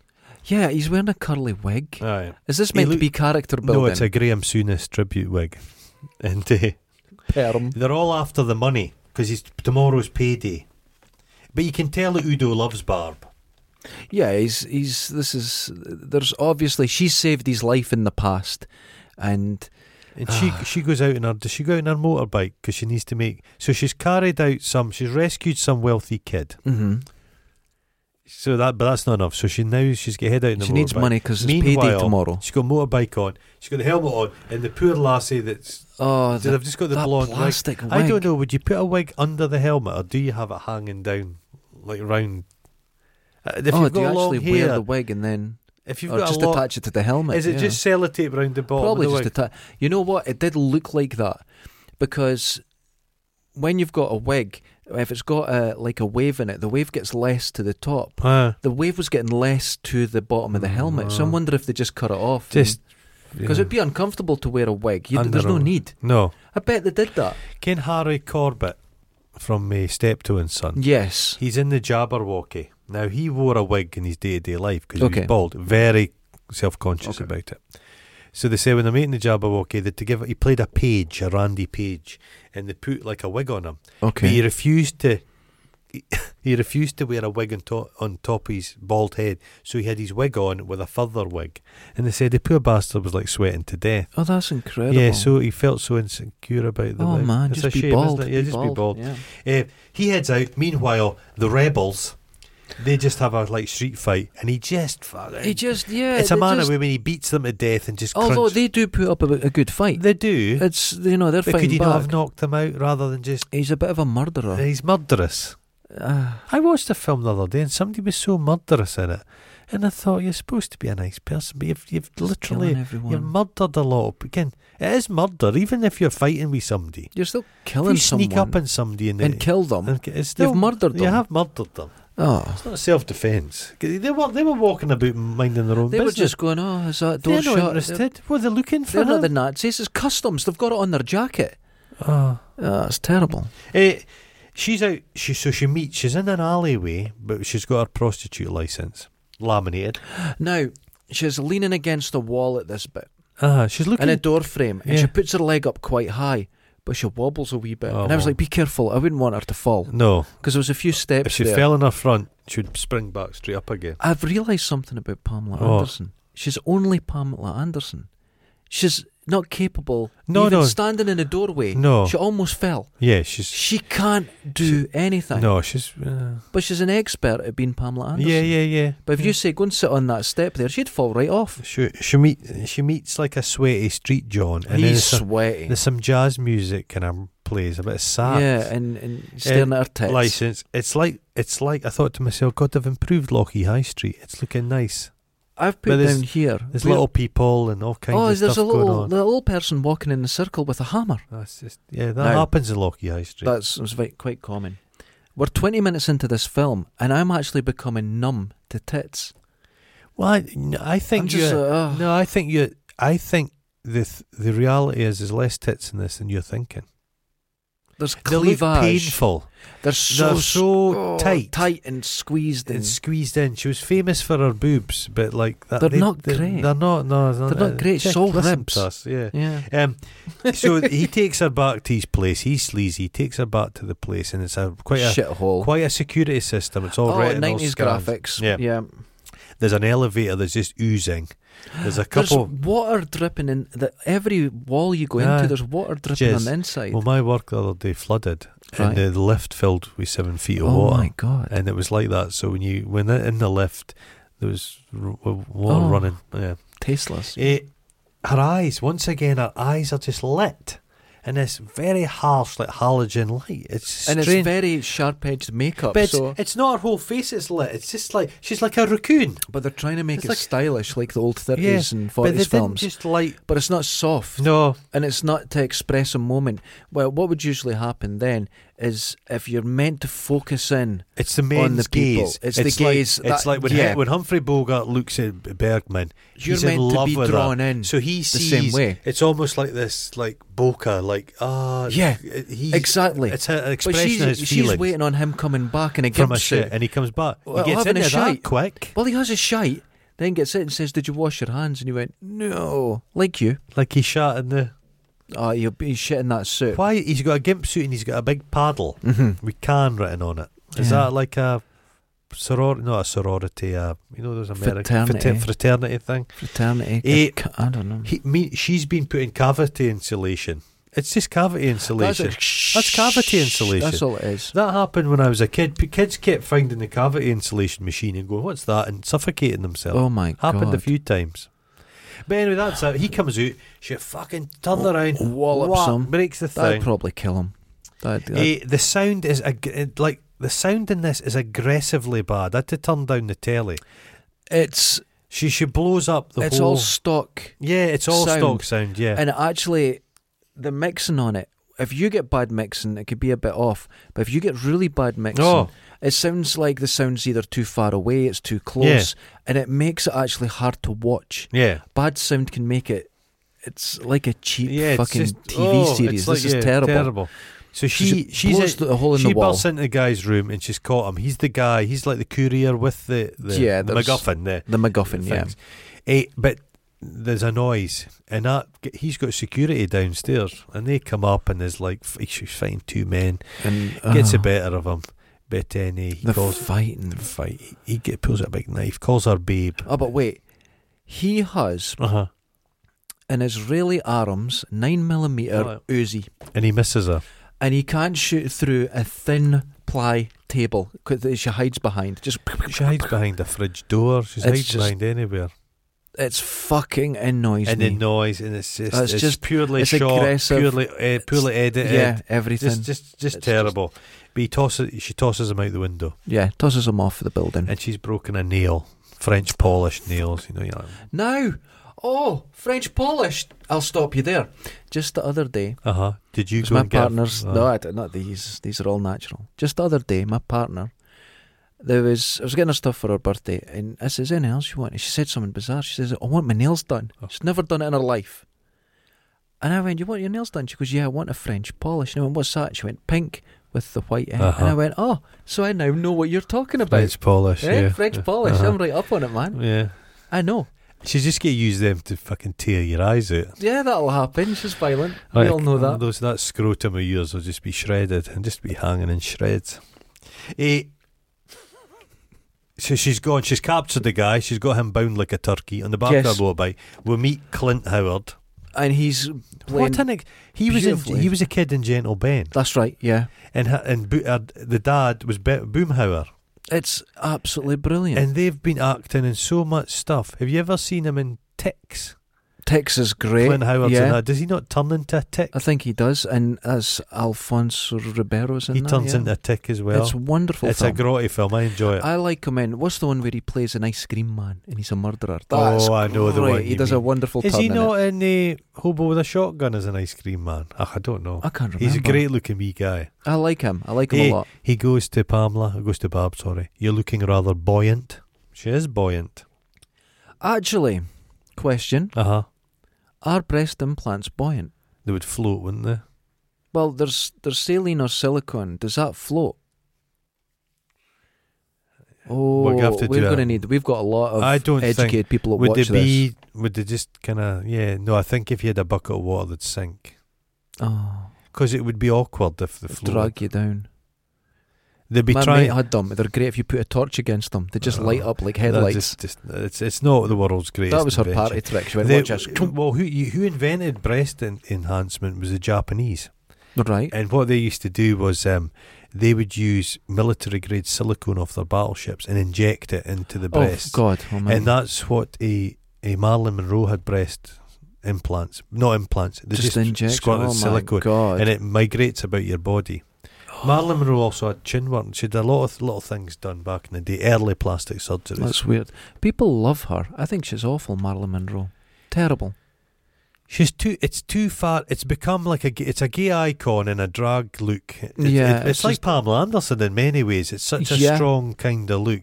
A: yeah, he's wearing a curly wig.
B: Aye.
A: Is this
B: Uh, he
A: meant
B: look-
A: to be character building?
B: No, it's a Graham Souness tribute wig. And uh,
A: perm.
B: they're all after the money because tomorrow's payday. But you can tell that Udo loves Barb.
A: Yeah, he's he's. This is. There's obviously she's saved his life in the past, and
B: And she
A: Ah.
B: she goes out in her does she go out in her motorbike because she needs to make so she's carried out some she's rescued some wealthy kid
A: mhm.
B: so that but that's not enough so she now she's got head out in the
A: she needs
B: motorbike.
A: money because it's payday
B: Meanwhile-
A: tomorrow.
B: She's got a motorbike on she's got the helmet on and the poor lassie that's
A: Oh, the,
B: so they've just got the
A: that
B: blonde wig.
A: plastic wig.
B: I don't know. Would you put a wig under the helmet, or do you have it hanging down like round? Uh, If
A: oh,
B: you've
A: do you
B: got long
A: actually
B: hair,
A: wear the wig and then,
B: if you've
A: or
B: got
A: just
B: a lot,
A: attach it to the helmet?
B: is it
A: yeah.
B: just sellotape round the bottom?
A: probably
B: of the
A: just
B: wig?
A: attach? You know what? It did look like that because when you've got a wig, if it's got a like a wave in it, the wave gets less to the top.
B: Ah,
A: the wave was getting less to the bottom of the helmet. So I
B: Mm.
A: wonder if they just cut it off.
B: just
A: because
B: yeah.
A: it'd be uncomfortable to wear a wig. You, there's no
B: Under-
A: need.
B: no.
A: I bet they did that.
B: Ken Harry Corbett from uh, Steptoe and Son.
A: Yes.
B: He's in the Jabberwocky. Now he wore a wig in his day to day life because he
A: Okay.
B: was bald. Very self conscious
A: Okay.
B: about it. So they say when they're making the Jabberwocky, that to give he played a page, a Randy Page, and they put like a wig on him. But he
A: Okay.
B: refused to. he- He refused to wear a wig on top, on top of his bald head, so he had his wig on with a further wig. And they said the poor bastard was like sweating to death.
A: Oh, that's incredible.
B: Yeah, so he felt so insecure about the
A: oh
B: wig.
A: man,
B: It's
A: just
B: a
A: be
B: shame, isn't
A: bald.
B: Eh, it? Yeah, just be bald.
A: Yeah.
B: Uh, he heads out. Meanwhile, the rebels They just have a like street fight, and he just fucking.
A: He just yeah.
B: it's a
A: they
B: man
A: just-
B: of women. He beats them to death and just.
A: Although
B: crunch.
A: they do put up a, a good fight.
B: they do.
A: It's you know they're
B: but
A: fighting
B: could he
A: back.
B: not have knocked them out rather than just?
A: He's a bit of a murderer.
B: He's murderous.
A: Ah,
B: I watched a film the other day and somebody was so murderous in it, and I thought you're supposed to be a nice person, but you've you've
A: killing
B: literally
A: everyone.
B: you've murdered a lot. of- Again, it is murder, even if you're fighting with somebody.
A: You're still
B: If
A: killing
B: you sneak
A: someone
B: up on somebody and,
A: and kill them.
B: and it's still,
A: You've murdered
B: You
A: them.
B: have murdered them.
A: oh,
B: It's not self defence. They were they were walking about minding their own
A: they were
B: business.
A: just going. Oh, is that door
B: they're not
A: shut? They're,
B: interested. Were they looking for
A: they're not
B: him?
A: the Nazis. It's customs. They've got it on their jacket.
B: Oh.
A: Oh, it's terrible.
B: Eh, she's out. She so she meets. She's in an alleyway, but she's got her prostitute license laminated.
A: Now she's leaning against the wall at this bit
B: Ah, she's looking.
A: in a door frame, and
B: Yeah.
A: she puts her leg up quite high, but she wobbles a wee bit.
B: Oh,
A: and I was
B: well.
A: like, "Be careful! I wouldn't want her to fall
B: no,
A: because there was a few steps
B: if she
A: there."
B: fell in her front, she'd spring back straight up again.
A: I've realised something about Pamela
B: Oh.
A: Anderson. She's only Pamela Anderson. She's not capable.
B: No,
A: even
B: no.
A: standing in a doorway.
B: No.
A: she almost fell.
B: Yeah, she's
A: She can't do anything.
B: no, she's uh,
A: But she's an expert at being Pamela Anderson.
B: yeah, yeah, yeah.
A: But if
B: Yeah.
A: you say go and sit on that step there, she'd fall right off.
B: she she meet she meets like a sweaty street John, and then
A: He's
B: there's some,
A: sweating.
B: there's some jazz music and um, plays a bit of sax.
A: yeah, and, and staring at her tits.
B: License. It's like it's like I thought to myself, God, they've improved Lockie High Street. It's looking nice.
A: I've put
B: But there's-
A: down here.
B: There's
A: where-
B: little people and all kinds
A: oh,
B: of
A: there's a
B: stuff going
A: little,
B: on.
A: the little person walking in a circle with a hammer.
B: That's just yeah, that
A: Now-
B: happens in Lockie High Street.
A: That's it's ve- quite common. We're 20 minutes into this film, and I'm actually becoming numb to tits.
B: well, I, no, I
A: I'm
B: think
A: just uh,
B: you.
A: like, ugh.
B: no, I think you. I think the th- the reality is there's less tits in this than you're thinking.
A: there's
B: They look
A: cleavage.
B: painful.
A: They're so,
B: They're so
A: oh,
B: tight.
A: tight and squeezed. And
B: It's squeezed in. She was famous for her boobs, but like that,
A: They're
B: they-
A: not
B: they're,
A: great.
B: They're not. No,
A: They're not great. It's
B: Check-
A: all
B: listen to
A: ribs.
B: us, yeah.
A: yeah,
B: Um, so he takes her back to his place. He's sleazy. He takes her back to the place, and it's a quite a
A: shithole.
B: quite a security system. It's all
A: oh,
B: right.
A: 90s graphics.
B: Yeah.
A: yeah.
B: There's an elevator that's just oozing. There's a couple.
A: There's water dripping in the, every wall you go
B: Aye.
A: into. There's water dripping on
B: Jizz.
A: the inside.
B: Well, my work the other day flooded,
A: Right.
B: and the, the lift filled with seven feet of
A: oh
B: water,
A: my god!
B: and it was like that. So when you when it- in the lift, there was r- w- water
A: Oh.
B: running. Yeah.
A: Tasteless.
B: It, her eyes once again, her eyes are just lit, and it's very harsh, like halogen light. It's
A: and
B: strange.
A: it's very sharp-edged makeup.
B: but it's, eh,
A: so,
B: it's not her whole face is lit. It's just like she's like a raccoon.
A: but they're trying to make
B: it's
A: it
B: like-
A: stylish, like the old 30s and
B: but they
A: 40s
B: didn't
A: films.
B: just like
A: but it's not soft.
B: no.
A: and it's not to express a moment. Well, what would usually happen then is if you're meant to focus in,
B: It's the men's
A: the people.
B: gaze.
A: It's the
B: like,
A: gaze
B: It's
A: that-
B: like when,
A: yeah.
B: when Humphrey Bogart looks at Bergman,
A: you're
B: he's in
A: meant to
B: love
A: be
B: with her.
A: drawn in.
B: So he
A: the
B: sees
A: same way.
B: It's almost like this, like bokeh, like ah,
A: Yeah,
B: He's,
A: exactly.
B: It's an
A: but
B: expression of
A: she's,
B: his
A: she's
B: feelings
A: waiting on him coming back in a
B: from
A: gimp
B: a
A: suit.
B: shit, and he comes back.
A: Well,
B: he gets
A: having
B: into
A: a
B: that
A: shite.
B: quick,
A: Well, he has a shite, then gets it and says, "Did you wash your hands?" And he went, "No, like you."
B: like he shot in the.
A: Ah, you'll be shit in that suit.
B: Why he's got a gimp suit and he's got a big paddle
A: hmm
B: with can written on it. Mm-hmm. Is
A: Yeah.
B: that like a sorority? Not a sorority. Uh, you know those American
A: Fraternity. Hmm.
B: fraternity thing.
A: Fraternity.
B: Eh,
A: c- I don't know.
B: He, me, she's been put in cavity insulation. It's just cavity
A: That's,
B: insulation.
A: a-
B: That's cavity insulation.
A: That's all it is.
B: that happened when I was a kid. P- Kids kept finding the cavity insulation machine and going, "What's that?" and suffocating themselves.
A: Oh my
B: happened
A: god!
B: a few times. But anyway, that's it. He comes out. She fucking turns around,
A: Wallops
B: whack,
A: him.
B: breaks the
A: That'd
B: thing.
A: probably kill him. That, that,
B: Eh, the sound is ag- eh, like the sound in this is aggressively bad. I had to turn down the telly.
A: it's
B: She she blows up the
A: it's
B: whole.
A: all stock.
B: yeah, it's all
A: sound.
B: stock sound. Yeah,
A: And actually, the mixing on it, if you get bad mixing, it could be a bit off. But if you get really bad mixing,
B: Oh.
A: it sounds like the sound's either too far away, it's too close, and it makes it actually hard to watch.
B: yeah.
A: Bad sound can make it. It's like a cheap
B: yeah, it's
A: fucking
B: just-
A: TV
B: oh, it's
A: series.
B: like,
A: this
B: yeah,
A: is terrible.
B: So
A: So
B: she, she's
A: blows
B: at-
A: the hole in
B: she
A: the wall.
B: bursts into the guy's room and she's caught him. He's the guy. He's like the courier with the, the
A: Yeah, there's
B: MacGuffin. The,
A: The MacGuffin, yeah.
B: things. Eh, but there's a noise, and that he's got security downstairs, and they come up and there's like f- she's fighting two men,
A: And,
B: gets the
A: oh,
B: better of him. But then eh, he
A: The
B: calls
A: fighting.
B: fight. He, he get, pulls out a big knife, calls her babe.
A: Oh, but wait. He has
B: Uh huh.
A: in Israeli arms 9mm
B: Right.
A: Uzi.
B: And he misses her.
A: and he can't shoot through a thin ply table 'cause that she hides behind. Just
B: She hides behind a fridge door. She
A: It's
B: hides
A: just-
B: behind anywhere.
A: It's fucking annoys
B: And
A: me.
B: the noise, and it's just,
A: Uh,
B: it's, just purely
A: it's
B: shot,
A: aggressive.
B: purely uh, purely edited.
A: yeah, everything.
B: just just just
A: It's
B: terrible. but he tosses, she tosses him out the window,
A: yeah, tosses him off the building.
B: and she's broken a nail, French polished nails. You know, you're like,
A: now, oh, French polished. I'll stop you there. Just the other day,
B: uh huh. Did you
A: Because
B: go
A: my
B: and get a-
A: partner's
B: uh,
A: no, I d- not these. These are all natural. Just the other day, my partner, there was I was getting her stuff for her birthday, and I says, "Anything else you want?" And she said something bizarre. She says, "I want my nails done."
B: Oh.
A: She's never done it in her life. And I went, "You want your nails done?" She goes, "Yeah, I want a French polish." And I went, "What's that?" She went, "Pink with the white end."
B: Uh-huh.
A: And I went, "Oh, so I now know what you're talking about."
B: French polish.
A: Eh?
B: yeah.
A: French
B: yeah.
A: polish.
B: Uh-huh.
A: I'm right up on it, man.
B: Yeah.
A: I know.
B: She's just gonna use them to fucking tear your eyes out.
A: Yeah, that'll happen. She's violent.
B: Like,
A: we all know that.
B: Those, that scrotum of yours will just be shredded and just be hanging in shreds. Eh, so she's gone. She's captured the guy. She's got him bound like a turkey on the back
A: Yes.
B: of a motorbike. We meet Clint Howard.
A: And he's playing.
B: what an ex- he was in,
A: beautifully.
B: he was a kid in Gentle Ben,
A: That's right. Yeah.
B: and ha- and Bo- uh, the dad was Be- Boomhauer,
A: It's absolutely brilliant.
B: and they've been acting in so much stuff. Have you ever seen him in Ticks?
A: Texas great.
B: Clint Howard's in
A: yeah.
B: that. Does he not turn into a tick?
A: I think he does, and as Alfonso Ribero's in
B: He
A: that,
B: turns
A: yeah.
B: into a tick as well.
A: It's a wonderful.
B: It's a
A: film.
B: grotty film. I enjoy it.
A: I like him in. What's the one where he plays an ice cream man and he's a murderer? That's
B: Oh, I know the
A: great.
B: one
A: He
B: you
A: does a
B: mean.
A: wonderful.
B: Is
A: turn
B: he
A: in
B: not in the Hobo with a Shotgun as an ice cream man? Ugh, I don't know.
A: It. I can't remember.
B: He's a great looking wee guy.
A: I like him. I like him
B: Hey.
A: a lot.
B: He goes to Pamela, goes to Barb, sorry. You're looking rather buoyant. She is buoyant.
A: Actually, question:
B: Uh huh.
A: Are breast implants buoyant?
B: They would float, wouldn't they?
A: Well, there's there's saline or silicone. Does that float? Oh,
B: We're gonna have to do
A: we're going
B: a-
A: to need. We've got a lot of
B: I don't think-
A: educated people that
B: would
A: watch
B: they be would they just kinda yeah, no, I think if you had a bucket of water they'd sink.
A: this. Oh.
B: Because it would be awkward if the float.
A: drag you down.
B: They'd be
A: My
B: trying
A: mate had them. They're great if you put a torch against them. They just
B: Oh,
A: light up like
B: That
A: headlights.
B: just- just- it's, it's not the world's greatest.
A: That was her
B: invention.
A: party trick. She went,
B: They-
A: watch us.
B: well, who you- who invented breast en- enhancement was the Japanese.
A: Right.
B: And what they used to do was um, they would use military grade silicone off their battleships and inject it into the
A: Oh,
B: breast.
A: God. Oh, man.
B: and that's what a, a Marilyn Monroe had breast implants, not implants. They
A: just,
B: just,
A: inject
B: squirted
A: oh,
B: silicone,
A: My God. Oh,
B: and it migrates about your body. Marilyn Oh. Monroe also had chin work. She had a lot of little things done back in the day, early plastic surgeries.
A: That's weird. People love her. I think she's awful, Marilyn Monroe. Terrible.
B: She's too. It's too far. It's become like a. g- It's a gay icon in a drag look. It's,
A: Yeah,
B: it's,
A: it's
B: like
A: just-
B: Pamela Anderson in many ways. It's such a
A: Yeah.
B: strong kind of look.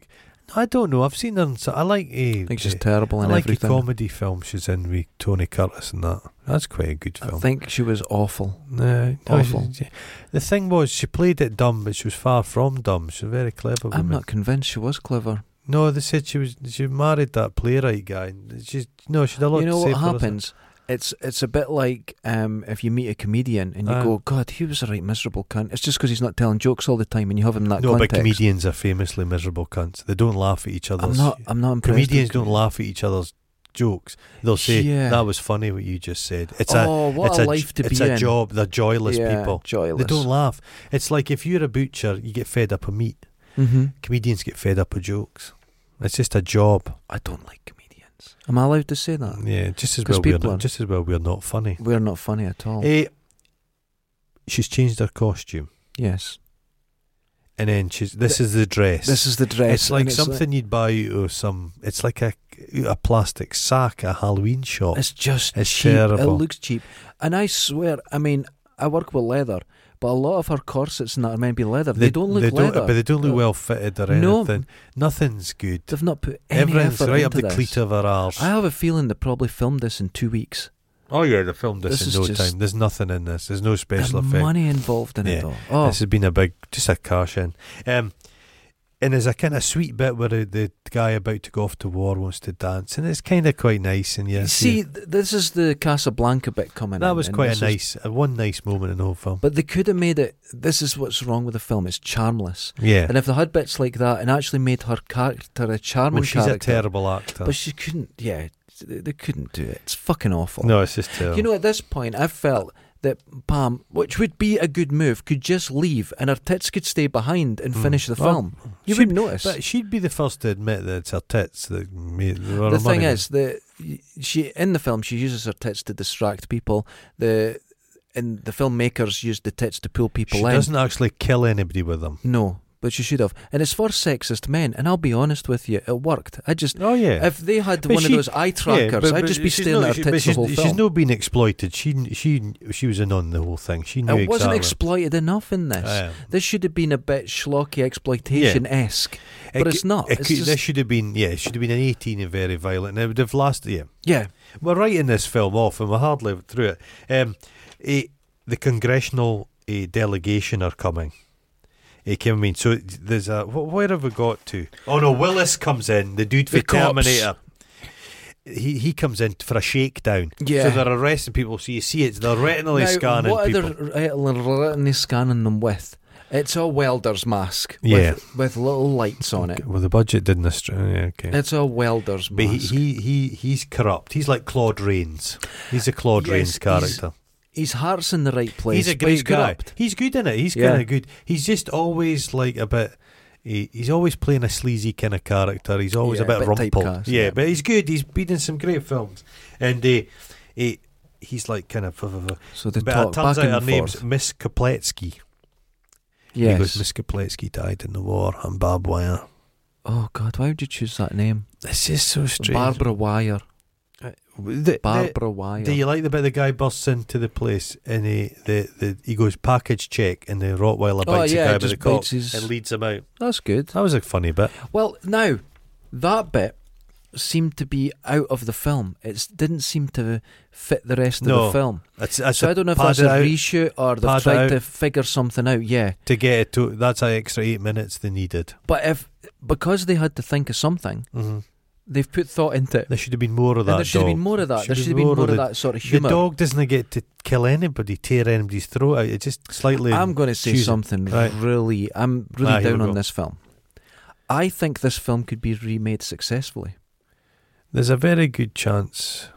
B: I don't know. I've seen her. In, so- I like. A,
A: I think she's terrible
B: I
A: in
B: like a
A: everything.
B: comedy film she's in with Tony Curtis and that. That's quite a good
A: I
B: film. Uh,
A: think she was awful.
B: No, no,
A: Awful.
B: she- she- the thing was, she played it dumb, but she was far from dumb. She's a very clever woman.
A: I'm not convinced she was clever.
B: No, they said she was. She married that playwright guy. and She's no. She had a lot.
A: You know
B: to
A: what
B: say for herself.
A: happens? It's it's a bit like um, if you meet a comedian and you
B: Aye.
A: go, God, he was a right miserable cunt. It's just because he's not telling jokes all the time and you have him in that
B: No,
A: context.
B: but comedians are famously miserable cunts. They don't laugh at each
A: I'm
B: other's.
A: not. I'm not impressed. with
B: comedians don't
A: comedians.
B: laugh at each other's jokes. They'll say
A: Yeah.
B: that was funny what you just said. It's a
A: oh, what
B: it's
A: a,
B: a
A: life to
B: it's
A: be
B: a
A: in.
B: job. They're joyless
A: yeah,
B: people.
A: Joyless.
B: They don't laugh. It's like if you're a butcher, you get fed up of meat.
A: hmm
B: Comedians get fed up of jokes. It's just a job.
A: I don't like comedians. Am I allowed to say that?
B: Yeah, just as
A: Uh, 'Cause
B: well we're
A: people
B: not,
A: are-
B: just as well we're not funny.
A: We're not funny at all.
B: Eh, she's changed her costume,
A: yes.
B: and then she's this is the dress.
A: This is the dress.
B: It's like
A: and
B: something you'd buy out of some. It's like a a plastic sack, a Halloween shop.
A: it's just
B: It's
A: cheap. It
B: terrible.
A: looks cheap, and I swear. I mean, I work with leather, but a lot of her corsets and that are meant to be leather. They, don't look leather.
B: but they don't look
A: Uh,
B: well fitted or anything.
A: no.
B: Nothing's good.
A: They've not put any
B: Everything's
A: effort
B: right
A: into
B: up the
A: this.
B: cleat of our arse.
A: I have a feeling they probably filmed this in two weeks.
B: Oh yeah, they filmed this,
A: This is
B: in no
A: just-
B: time. There's nothing in this. There's no special
A: the
B: effect.
A: money involved in
B: Yeah.
A: it, though. Oh,
B: This has been a big, just a cash in. Um, and there's a kind of sweet bit where the, the guy about to go off to war wants to dance, and it's kind of quite nice. And yeah,
A: you see, th- this is the Casablanca bit coming.
B: that
A: in,
B: was
A: and
B: quite
A: this
B: a
A: is-
B: nice, uh, one nice moment in the whole film.
A: But they could have made it. This is what's wrong with the film. It's charmless.
B: yeah,
A: And if they had bits like that and actually made her character a charming
B: well, she's
A: character,
B: a terrible actor.
A: but she couldn't. Yeah, they they couldn't do it. It's fucking awful.
B: no, it's just terrible.
A: You know, at this point, I felt that Pam, which would be a good move, could just leave and her tits could stay behind and finish the
B: Mm. Well,
A: film. You
B: she'd-
A: wouldn't notice.
B: But she'd be the first to admit that it's her tits that made the,
A: the thing is that she in the film she uses her tits to distract people. The and the filmmakers used the tits to pull people
B: she
A: in.
B: doesn't actually kill anybody with them.
A: No, but she should have. And it's for sexist men. And I'll be honest with you, it worked. I just
B: Oh yeah.
A: if they had
B: But
A: one
B: she-
A: of those eye trackers, I'd just be
B: she's
A: staring
B: not-
A: at
B: she-
A: her
B: but
A: tits the
B: she's,
A: whole
B: she's
A: film.
B: no being exploited. She she she was in on the whole thing. She knew
A: it wasn't
B: exactly.
A: exploited enough in this.
B: Aye.
A: This should have been a bit schlocky exploitation esque, but
B: It
A: it's
B: cou-
A: not.
B: it
A: It's
B: cou-
A: just-
B: This should have been yeah. It should have been an eighteen and very violent. And it would have lasted. Yeah,
A: yeah,
B: we're writing this film off, and we're hardly through it. Um, eh, the congressional eh, delegation are coming. It can mean so. There's a wh- where have we got to? Oh no, Willis comes in. The dude for
A: The cops.
B: Terminator. He he comes in for a shakedown.
A: Yeah.
B: So they're arresting people. So you see, it's they're retinally
A: now,
B: scanning
A: what
B: people.
A: are they r- retinally scanning them with? It's a welder's mask
B: Yeah.
A: with, with little lights on it.
B: Well, the budget didn't. astr- Yeah, okay.
A: It's a welder's
B: But he,
A: mask.
B: he, he he's corrupt. He's like Claude Rains. He's a Claude
A: Yes,
B: Raines
A: he's-
B: character.
A: His heart's in the right place.
B: He's, a
A: but
B: great
A: he's
B: guy.
A: corrupt.
B: He's good in it. He's
A: Yeah.
B: kind of good. He's just always like a bit. He, he's always playing a sleazy kind of character. He's always
A: Yeah,
B: a bit,
A: bit
B: rumpled.
A: typecast,
B: yeah,
A: yeah.
B: but he's good. He's been in some great films, and uh, he he's like kind of.
A: So they
B: but
A: talk
B: it turns
A: back
B: out
A: and
B: her name's
A: forth.
B: Miss Kopletsky.
A: Yes.
B: Because Miss Kopletsky died in the war on barbed wire.
A: oh God, why would you choose that name?
B: This is so strange.
A: Barbara Wire.
B: The- the-
A: Barbara Wire.
B: Do you like the bit the guy bursts into the place and he the, the he goes package check and the Rottweiler
A: Oh,
B: bites
A: yeah,
B: the guy
A: it
B: by the
A: just
B: cock
A: bites his-
B: and leads him out?
A: That's good.
B: That was a funny bit.
A: Well, now that bit seemed to be out of the film. It didn't seem to fit the rest
B: No.
A: of the film.
B: It's, it's
A: So I
B: a,
A: don't know if
B: pad
A: that's
B: it
A: a
B: out
A: reshoot or
B: pad it
A: they've tried
B: out.
A: to figure something out. Yeah,
B: to get it to that's an extra eight minutes they needed.
A: but if because they had to think of something,
B: Mm-hmm.
A: they've put thought into it.
B: There should have been more of
A: And
B: that.
A: there should have
B: dog.
A: been more of that.
B: Should
A: there
B: be
A: should have been
B: more
A: more,
B: of
A: of
B: the-
A: that sort of
B: The
A: humour.
B: dog doesn't get to kill anybody, tear anybody's throat out. It just slightly.
A: I'm going to say
B: choose it.
A: something
B: Right.
A: really. I'm really
B: Ah, here
A: down
B: we
A: on
B: go.
A: this film. I think this film could be remade successfully.
B: There's a very good chance.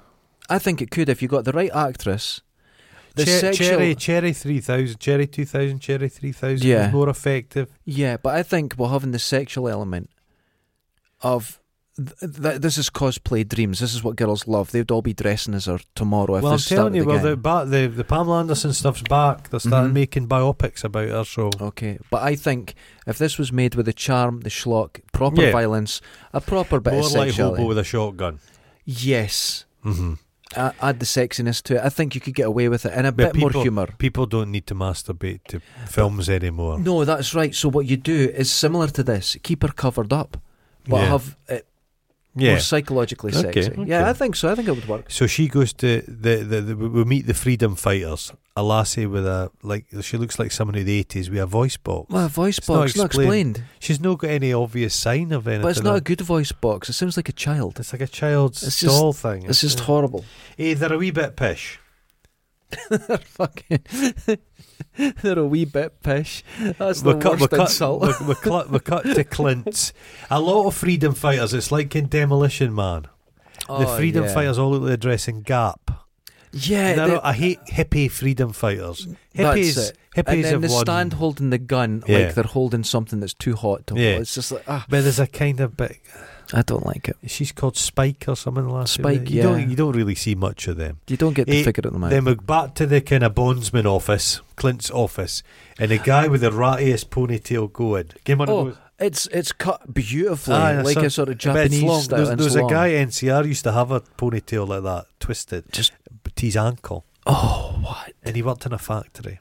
A: I think it could if you got the right actress. The
B: Che-
A: sexual,
B: Cherry, Cherry three thousand, Cherry two thousand, Cherry three thousand
A: Yeah.
B: was more effective.
A: yeah, but I think we're having the sexual element of th- th- this is cosplay dreams. This is what girls love. They'd all be dressing as her tomorrow. If
B: well,
A: they
B: I'm telling you,
A: the
B: well,
A: game.
B: the, ba- the the Pamela Anderson stuff's back. They're starting
A: Mhm.
B: making biopics about her, so
A: Okay, but I think if this was made with the charm, the schlock, proper
B: Yeah.
A: violence, a proper bit
B: more
A: of
B: like
A: sexuality,
B: Hobo with a shotgun.
A: yes,
B: Mm-hmm.
A: uh, add the sexiness to it. I think you could get away with it and a
B: But
A: bit more
B: people-
A: humour.
B: People don't need to masturbate to films anymore.
A: No, that's right. So what you do is similar to this: keep her covered up, but
B: Yeah.
A: have it
B: yeah.
A: more psychologically
B: Okay,
A: sexy.
B: okay.
A: Yeah, I think so. I think it would work.
B: So she goes to the, the, the we meet the freedom fighters. A lassie with a like she looks like someone of the eighties with a voice box.
A: Well, a voice
B: It's not
A: box, not explained,
B: She's not got any obvious sign of anything.
A: but it's not a
B: on-
A: good voice box. It sounds like a child.
B: It's like a child's
A: It's just-
B: doll thing.
A: It's just horrible.
B: hey, they're a wee bit pish.
A: Fucking, they're a wee bit pish. That's the
B: cut-
A: worst
B: we cut,
A: insult.
B: We, we, cut, we cut to Clint's. A lot of freedom fighters. It's like in Demolition Man. the
A: Oh,
B: freedom
A: yeah.
B: fighters all look like they dress in Gap.
A: Yeah,
B: They're
A: they-
B: all- I hate hippie freedom fighters.
A: That's
B: Hippies,
A: it.
B: hippies
A: and then
B: have
A: they
B: won.
A: stand holding the gun
B: Yeah.
A: like they're holding something that's too hot to hold.
B: Yeah.
A: It's just like ah,
B: but there's a kind of bit.
A: I don't like it.
B: She's called Spike or something. Last
A: Spike,
B: You
A: yeah.
B: don't. You don't really see much of them.
A: You don't get to
B: Eh,
A: figure them out.
B: Then we're back to the kind of bondsman office, Clint's office, and the guy with the rattiest ponytail going. Give him one
A: Oh,
B: of those.
A: It's it's cut beautifully,
B: Aye, that's
A: like
B: it.
A: a sort of
B: Ah, But it's
A: Japanese
B: long.
A: style.
B: There's,
A: and
B: there's
A: it's
B: a
A: long.
B: guy NCR used to have a ponytail like that, twisted,
A: Just-
B: but his ankle,
A: Oh, what?
B: and he worked in a factory,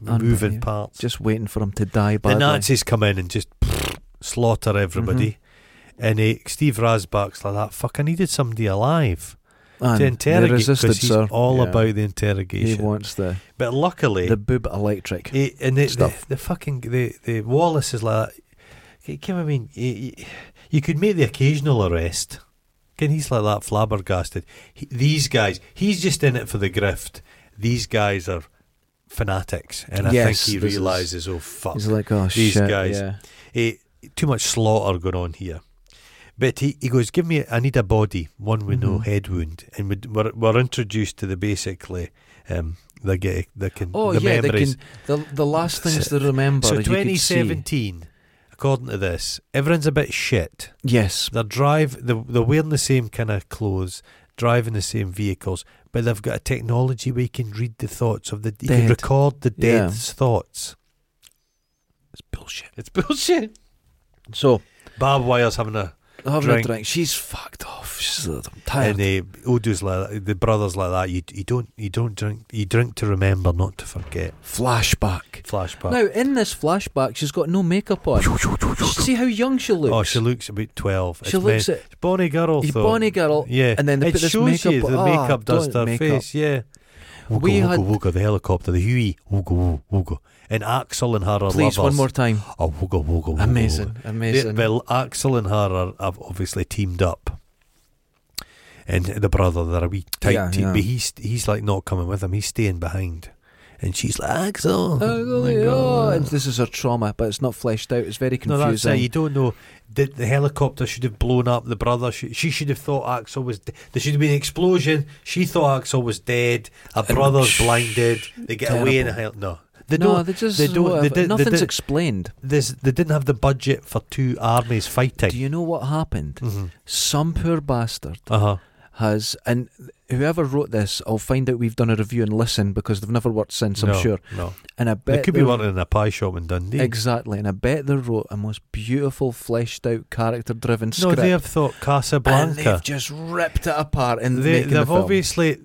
B: moving
A: Unbelievable.
B: parts.
A: Just waiting for him to die.
B: the
A: Badly.
B: Nazis come in and just slaughter
A: Mm-hmm.
B: everybody. And eh, Steve Rasbach's like that. Fuck, I needed somebody alive
A: And
B: to
A: they
B: interrogate
A: resisted,
B: because he's
A: sir.
B: all
A: Yeah.
B: about the
A: He
B: interrogation.
A: wants the
B: But luckily,
A: the boob electric.
B: eh, and the, the,
A: stuff.
B: the fucking the, the Wallace is like, that. Kim, I mean, you, you could make the occasional arrest. Can he's like that flabbergasted? He, these guys, he's just in it for the grift. These guys are fanatics, and I think
A: Yes,
B: he
A: this is-
B: realizes, oh fuck,
A: He's like, oh
B: These
A: shit,
B: guys.
A: yeah.
B: Eh, too much slaughter going on here. But he, he goes, give me, I need a body, one with no
A: Mhm.
B: head wound. And we'd- we're, we're introduced to the basically um, they get they can
A: Oh
B: the
A: yeah,
B: memories.
A: they can. The, the last things they remember.
B: so
A: you could see.
B: 2017, according to this, everyone's a bit shit.
A: Yes,
B: They're drive they're, they're wearing the same kind of clothes, driving the same vehicles, but they've got a technology where you can read the thoughts of the you can
A: Dead.
B: record the
A: Yeah.
B: dead's thoughts. It's bullshit. It's bullshit.
A: so
B: Barb Wire's having a
A: having
B: Drink.
A: a drink. She's fucked off. She's like, I'm tired.
B: and the Odu's like that, the brothers like that. You you don't you don't drink you drink to remember, not to forget.
A: Flashback.
B: Flashback.
A: Now in this flashback, she's got no makeup on. See how young she looks.
B: Oh, she looks about twelve.
A: She
B: it's
A: looks
B: men-
A: at
B: it's Bonnie Girl.
A: a
B: though.
A: Bonnie girl,
B: Yeah,
A: and then they
B: it
A: put this
B: shows
A: makeup.
B: you
A: on.
B: the
A: Ah,
B: makeup does
A: don't
B: to her
A: make up.
B: face. Yeah, wooga,
A: We
B: wooga,
A: had-
B: wooga, the helicopter, the Huey, wooga, woo- wooga, and Axel and her are
A: Please,
B: lovers.
A: one more time.
B: Oh, wooga, wooga, wooga,
A: Amazing,
B: Wooga.
A: amazing.
B: They- well, Axel and her are, have obviously teamed up, and the brother they're a wee tight
A: Yeah,
B: team,
A: yeah.
B: but he's he's like not coming with him. He's staying behind, and she's like Axel.
A: Oh,
B: my
A: oh,
B: God."
A: and this is her trauma, but it's not fleshed out. It's very
B: No, that's it. You
A: confusing.
B: don't know. The, the helicopter should have blown up the brother. She, she should have thought Axel was. De- there should have been an explosion. She thought Axel was dead. Her
A: And-
B: brother's blinded. They get away in a hel- no. They
A: no,
B: don't.
A: they just
B: they don't- they
A: whatever.
B: did- they
A: nothing's
B: did-
A: explained.
B: This they didn't have the budget for two armies fighting.
A: Do you know what happened?
B: mm-hmm.
A: Some poor bastard
B: Uh huh.
A: has, and whoever wrote this, I'll find out we've done a review and listen because they've never worked since, I'm
B: no,
A: sure.
B: No,
A: And I bet
B: there could be
A: they-
B: one in a pie shop in Dundee.
A: exactly, and I bet they wrote a most beautiful, fleshed out, character-driven
B: no,
A: script.
B: they have thought
A: and
B: Casablanca.
A: they've just ripped it apart in
B: They,
A: making the
B: they've
A: film.
B: obviously.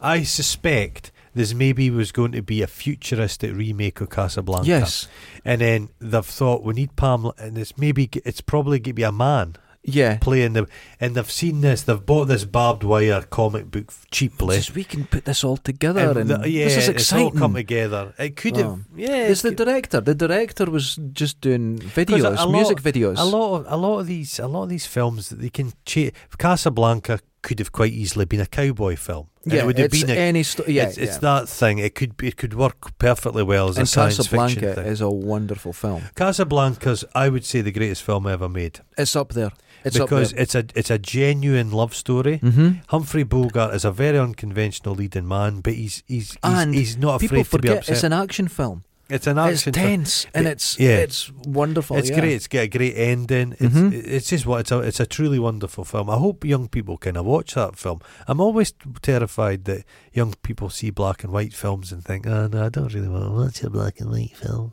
B: I suspect there's maybe was going to be a futuristic remake of Casablanca.
A: Yes,
B: And then they've thought we need Pamela, and it's maybe it's probably going to be a man
A: yeah.
B: playing the. And they've seen this. They've bought this barbed wire comic book cheaply.
A: Just we can put this all together, and,
B: the- yeah,
A: this is
B: it's all
A: exciting.
B: come together. It could have.
A: Wow.
B: Yeah,
A: It's
B: it
A: the
B: could-
A: director. The director was just doing
B: 'Cause a-
A: videos,
B: a
A: music
B: lot-
A: videos.
B: a lot of a lot of these a lot of these films that they can. Cha- Casablanca could have quite easily been a cowboy film. And
A: yeah,
B: it would have
A: it's
B: been. A,
A: any sto- yeah,
B: it's, it's
A: yeah.
B: that thing. It could be, it could work perfectly well as a
A: and
B: science fiction
A: Casablanca
B: thing.
A: is a wonderful film.
B: Casablanca's, I would say, the greatest film ever made.
A: It's up there. It's
B: because
A: up
B: it's a it's a genuine love story.
A: there. hmm
B: Humphrey Bogart is a very unconventional leading man, but he's he's he's,
A: And
B: he's not
A: People
B: afraid to be
A: forget
B: upset.
A: it's an action film.
B: It's an action.
A: it's
B: film.
A: tense and it's
B: Yeah.
A: it's wonderful.
B: It's
A: yeah.
B: great. It's got a great ending. It's
A: Mhm.
B: it's just what it's a it's a truly wonderful film. I hope young people kind of watch that film. I'm always terrified that young people see black and white films and think, oh no, I don't really want to watch a black and white film.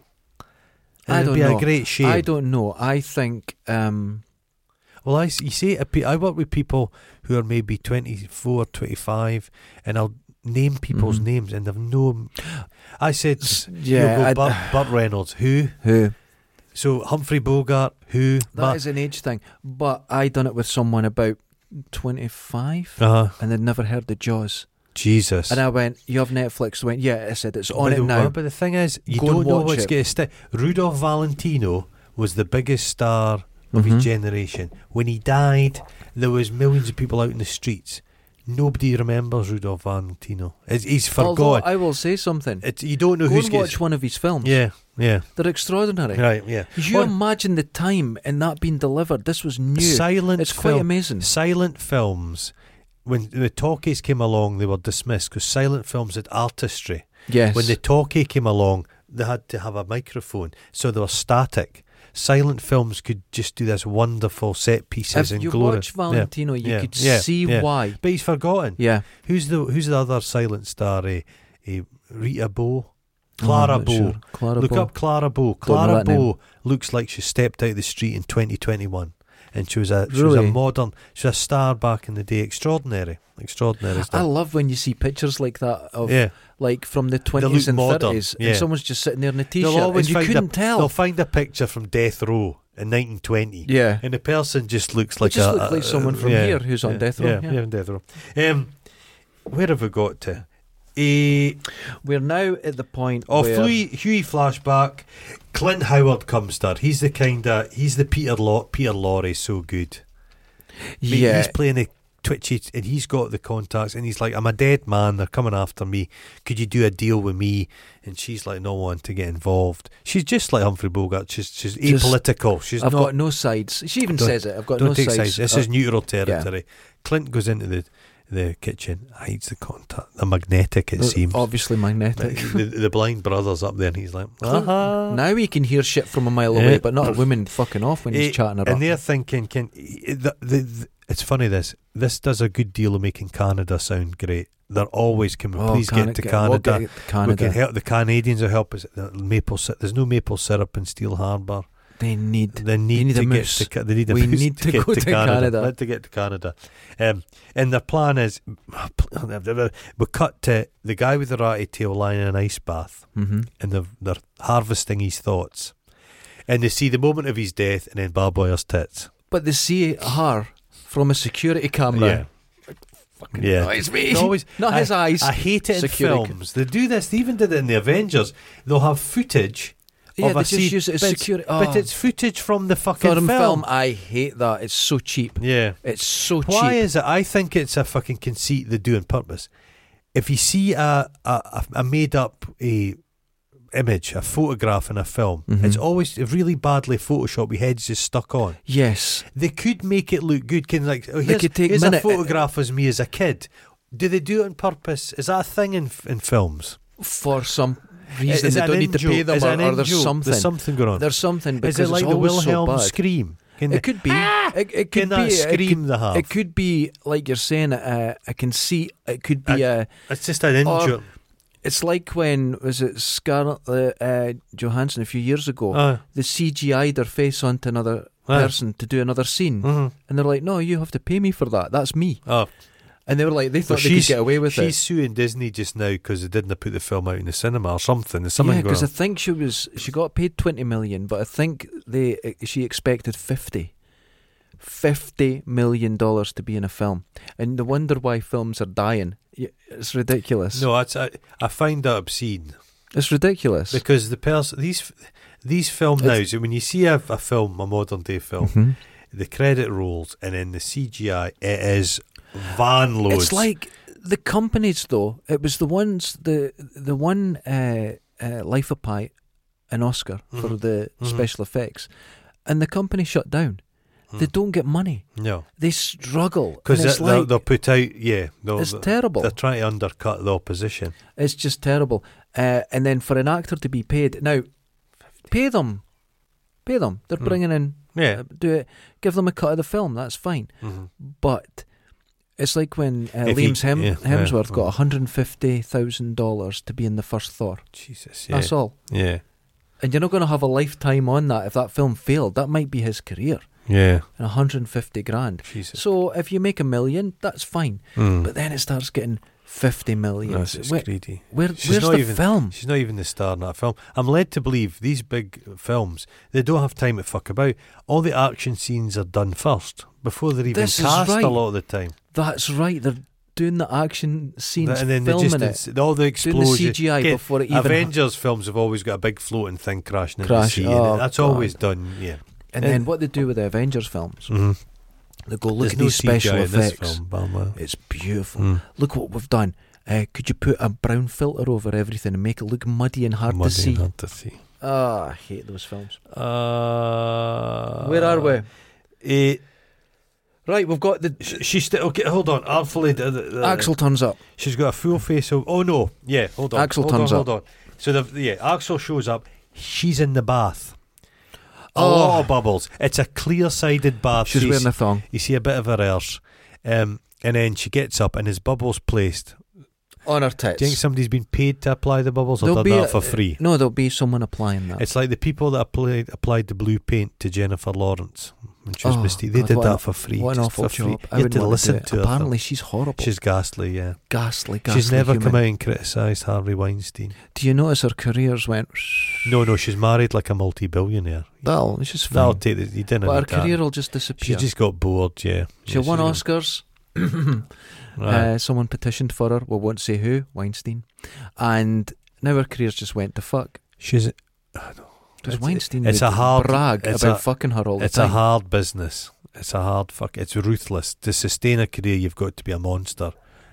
B: And
A: I
B: it'd
A: don't
B: be
A: know.
B: a great shame.
A: I don't know. I think um,
B: Well, I, s- you see, I pe- I work with people who are maybe 24, 25, and I'll name people's
A: Mhm.
B: names, and they've no. I said,
A: s-
B: yeah,
A: yeah,
B: you go, Burt, Burt Reynolds, who?
A: who
B: So Humphrey Bogart, who?
A: that is an age thing. But I done it with someone about twenty five,
B: uh
A: and they'd never heard the Jaws.
B: Jesus.
A: And I went, "You have Netflix?" They went, "Yeah." I said, "It's
B: But
A: on
B: the-
A: it now."
B: But the thing is, you
A: Go
B: don't
A: and
B: know
A: watch
B: what's
A: it.
B: going to stick. Rudolph Valentino was the biggest star of
A: Mhm.
B: his generation. When he died, there was millions of people out in the streets. Nobody remembers Rudolph Valentino. It's, he's
A: Although
B: forgotten.
A: I will say something.
B: It's, you don't know
A: Go
B: who's
A: and
B: gonna-
A: watch one of his films.
B: Yeah, yeah.
A: They're extraordinary.
B: Right, yeah.
A: You
B: Or-
A: imagine the time and that being delivered. This was new.
B: Silent
A: it's quite
B: film-
A: amazing.
B: silent films when the talkies came along they were dismissed because silent films had artistry.
A: Yes.
B: When the talkie came along they had to have a microphone so they were static. Silent films could just do this wonderful set pieces
A: if
B: and
A: you
B: glory.
A: watch Valentino, you
B: yeah,
A: could
B: yeah,
A: see
B: yeah.
A: why.
B: But he's forgotten.
A: Yeah.
B: Who's the who's the other silent star? Eh, eh, Rita Bow? Clara
A: Oh, I'm not
B: Bow.
A: sure. Clara
B: Look
A: Bow.
B: up Clara Bow.
A: Don't know
B: Clara
A: that name.
B: Bow looks like she stepped out the street in 2021. And she was a she was a
A: Really?
B: modern she was a star back in the day. Extraordinary, extraordinary
A: I
B: stuff.
A: love when you see pictures like that of
B: yeah,
A: like from the
B: look
A: twenties and
B: modern,
A: thirties,
B: yeah.
A: and someone's just sitting there in a
B: They'll
A: t-shirt, and you
B: find
A: couldn't
B: a, They'll
A: tell.
B: find a picture from death row in 1920,
A: Yeah.
B: and the person just looks
A: They
B: like
A: just
B: a,
A: look
B: a-
A: like someone from
B: yeah,
A: here who's on
B: yeah,
A: death row,
B: Yeah,
A: yeah.
B: on death row. Um, where have we got to? Eh,
A: We're now at the point
B: Oh,
A: where
B: Huey, Huey flashback. Clint Howard comes there. He's the kind of he's the Peter Law Peter Lorre so good. But
A: yeah,
B: He's playing a twitchy and he's got the contacts and he's like, I'm a dead man, they're coming after me. Could you do a deal with me? And she's like, No one to get involved. She's just like Humphrey Bogart. She's she's
A: Just-
B: apolitical. She's
A: I've
B: not
A: got no sides. She even
B: Don't-
A: says it. I've got
B: don't
A: no
B: take
A: sides.
B: sides. This
A: Uh,
B: is neutral territory. Clint goes into the the kitchen, hides the contact, the magnetic. It
A: Uh,
B: seems.
A: Obviously magnetic.
B: the, the blind brother's up there, and he's like, "Aha."
A: now he can hear shit from a mile
B: Yeah.
A: away, but not a woman fucking off when he's
B: Eh,
A: chatting her
B: and
A: up.
B: they're thinking, "Can eh, the, the, the, it's funny this? This does a good deal of making Canada sound great. They're always can we
A: Oh,
B: please
A: Cana-
B: get to
A: we'll
B: Canada?
A: get to
B: We
A: Canada.
B: can help the Canadians will help us. The Maple syrup. There's no maple syrup in Steel Harbour.
A: They need.
B: They need,
A: need a
B: to get
A: moose.
B: to, Ca- they need a
A: We
B: moose
A: need to
B: get
A: go to Canada.
B: Need to get to Canada. Um, and their plan is we cut to the guy with the ratty tail lying in an ice bath,
A: hmm
B: and they're, they're harvesting his thoughts. And they see the moment of his death, and then Bob Boyer's tits.
A: But they see her from a security camera.
B: Yeah.
A: Fucking
B: Yeah.
A: annoys me.
B: They always-
A: not Oh, his eyes.
B: I hate it in
A: Security-
B: films. They do this. They even did it in the Avengers. They'll have footage.
A: yeah,
B: of
A: they
B: a
A: just
B: seed-
A: use it as
B: but it's-
A: security.
B: But it's footage from the fucking
A: foreign Oh. film.
B: film.
A: I hate that. It's so cheap.
B: Yeah.
A: It's so
B: Why
A: cheap.
B: is it? I think it's a fucking conceit they do on purpose. If you see a a, a made up a image, a photograph in a film,
A: Mhm.
B: it's always really badly photoshopped. Your head's just stuck on.
A: Yes.
B: They could make it look good, kind of like oh,
A: They
B: here's,
A: could take
B: here's a
A: minute- uh,
B: photograph of me as a kid. Do they do it on purpose? Is that a thing in in films?
A: For some reason,
B: is
A: they
B: it an
A: don't need to
B: in-joke?
A: pay them,
B: Is it
A: or,
B: an
A: or there's
B: in-joke?
A: something.
B: There's something going on.
A: There's something because
B: is it like
A: it's
B: the
A: always
B: Wilhelm
A: so bad.
B: scream? Can they-
A: It could be. It, it could
B: can that
A: be. It
B: scream
A: could,
B: they have?
A: it could be like you're saying. Uh, I can see. It could be a.
B: it's just an
A: or-
B: injury.
A: It's like when was it Scarlett uh, uh, Johansson a few years ago?
B: Uh,
A: the CGI their face onto another
B: Aye.
A: person to do another scene,
B: mhm.
A: and they're like, "No, you have to pay me for that. That's me."
B: Oh,
A: And they were like, they thought they could
B: she's-
A: get away with
B: She's
A: it.
B: suing Disney just now because they didn't put the film out in the cinema or something. There's something
A: Yeah,
B: going
A: because I
B: on.
A: think she was she got paid twenty million, but I think they eh, she expected fifty. Fifty million dollars to be in a film, and they wonder why films are dying. Y- It's ridiculous.
B: No, that's, I, I find that obscene
A: It's ridiculous.
B: because the person these these film
A: It's-
B: nows when you see a, a film a modern day film
A: Mhm.
B: the credit rolls and then the CGI it is van loads.
A: It's like the companies, though. It was the ones the the one uh, uh, Life of Pi, an Oscar for
B: Mhm.
A: the
B: Mhm.
A: special effects, and the company shut down. They
B: Mm.
A: don't get money.
B: no
A: They struggle
B: because
A: And it's
B: they'll,
A: like-
B: they'll put out yeah they'll,
A: it's
B: they'll-
A: terrible.
B: They're trying to undercut the opposition.
A: It's just terrible. Uh, and then for an actor to be paid now, pay them, pay them. They're
B: Mm.
A: bringing in,
B: Yeah.
A: uh, do it, give them a cut of the film. That's fine.
B: Mhm.
A: But it's like when uh,
B: If he-
A: Liam's Hem-
B: yeah, yeah.
A: Hemsworth got one hundred and fifty thousand dollars to be in the first Thor.
B: Jesus. Yeah.
A: That's all.
B: Yeah.
A: And you're not going to have a lifetime on that. If that film failed, that might be his career.
B: Yeah.
A: And 150 grand.
B: Jesus.
A: So if you make a million, that's fine.
B: Mm.
A: But then it starts getting 50 million.
B: That's just
A: Where-
B: greedy.
A: where-
B: She's
A: where's
B: not
A: the
B: even-
A: film?
B: She's not even the star in that film. I'm led to believe these big films, they don't have time to fuck about. All the action scenes are done first before they're even
A: This is
B: cast
A: right.
B: a lot of the time.
A: That's right. They're doing the action scenes,
B: and then
A: filming
B: they
A: it,
B: just, all the
A: doing the
B: explosions.
A: CGI
B: Again,
A: before it even.
B: Avengers films have always got a big floating thing crashing into the
A: Crash,
B: sea.
A: oh,
B: and that's
A: God.
B: always done, yeah.
A: and then what they do with the Avengers films,
B: Mm-hmm.
A: they go, look at these special effects. Mm. It's beautiful.
B: Mm.
A: Look what we've done. Uh, could you put a brown filter over everything and make it look muddy and hard to see?
B: Hard to see.
A: Ah, I hate those films.
B: Uh,
A: Where are we?
B: eh,
A: Right, we've got the.
B: sh- she's still okay. Hold on, uh, artfully. d- d- d-
A: Axel turns up.
B: She's got a full face of. Oh no! Yeah, hold on.
A: Axel
B: hold
A: turns
B: on,
A: up.
B: Hold on. So the yeah, Axel shows up. She's in the bath. A
A: Oh.
B: lot of bubbles. It's a clear-sided bath.
A: She's
B: You
A: wearing
B: see-
A: a thong.
B: you see a bit of her arse, um, and then she gets up and his bubbles placed.
A: On her
B: Do you think
A: tits.
B: somebody's been paid to apply the bubbles or done that for free?
A: No, there'll be someone applying that.
B: It's like the people that applied applied the blue paint to Jennifer Lawrence when she was
A: Oh,
B: Misty. They
A: God,
B: did
A: what an-
B: that for free.
A: what an
B: just
A: awful
B: for
A: job.
B: free.
A: I
B: You had
A: wouldn't
B: to
A: want
B: listen
A: do it.
B: to her.
A: Apparently,
B: though.
A: she's horrible.
B: She's ghastly. Yeah,
A: ghastly, ghastly.
B: she's never
A: human.
B: come out and criticised Harvey Weinstein.
A: Do you notice her careers went?
B: No, no, she's married like a multi-billionaire.
A: Well, she's fine.
B: That'll take the, you didn't.
A: but her
B: need that.
A: career will just
B: She
A: disappear.
B: just got bored. Yeah,
A: she
B: Yeah,
A: won
B: got-
A: Oscars.
B: Right.
A: uh, someone petitioned for her. We won't say who. Weinstein. And now her careers just went to fuck.
B: she's
A: Because
B: It's-
A: Weinstein
B: it's
A: would
B: a hard-
A: brag
B: it's
A: about
B: a-
A: fucking her all the
B: it's
A: time.
B: a hard business. It's a hard fuck. It's ruthless. To sustain a career, you've got to be a monster.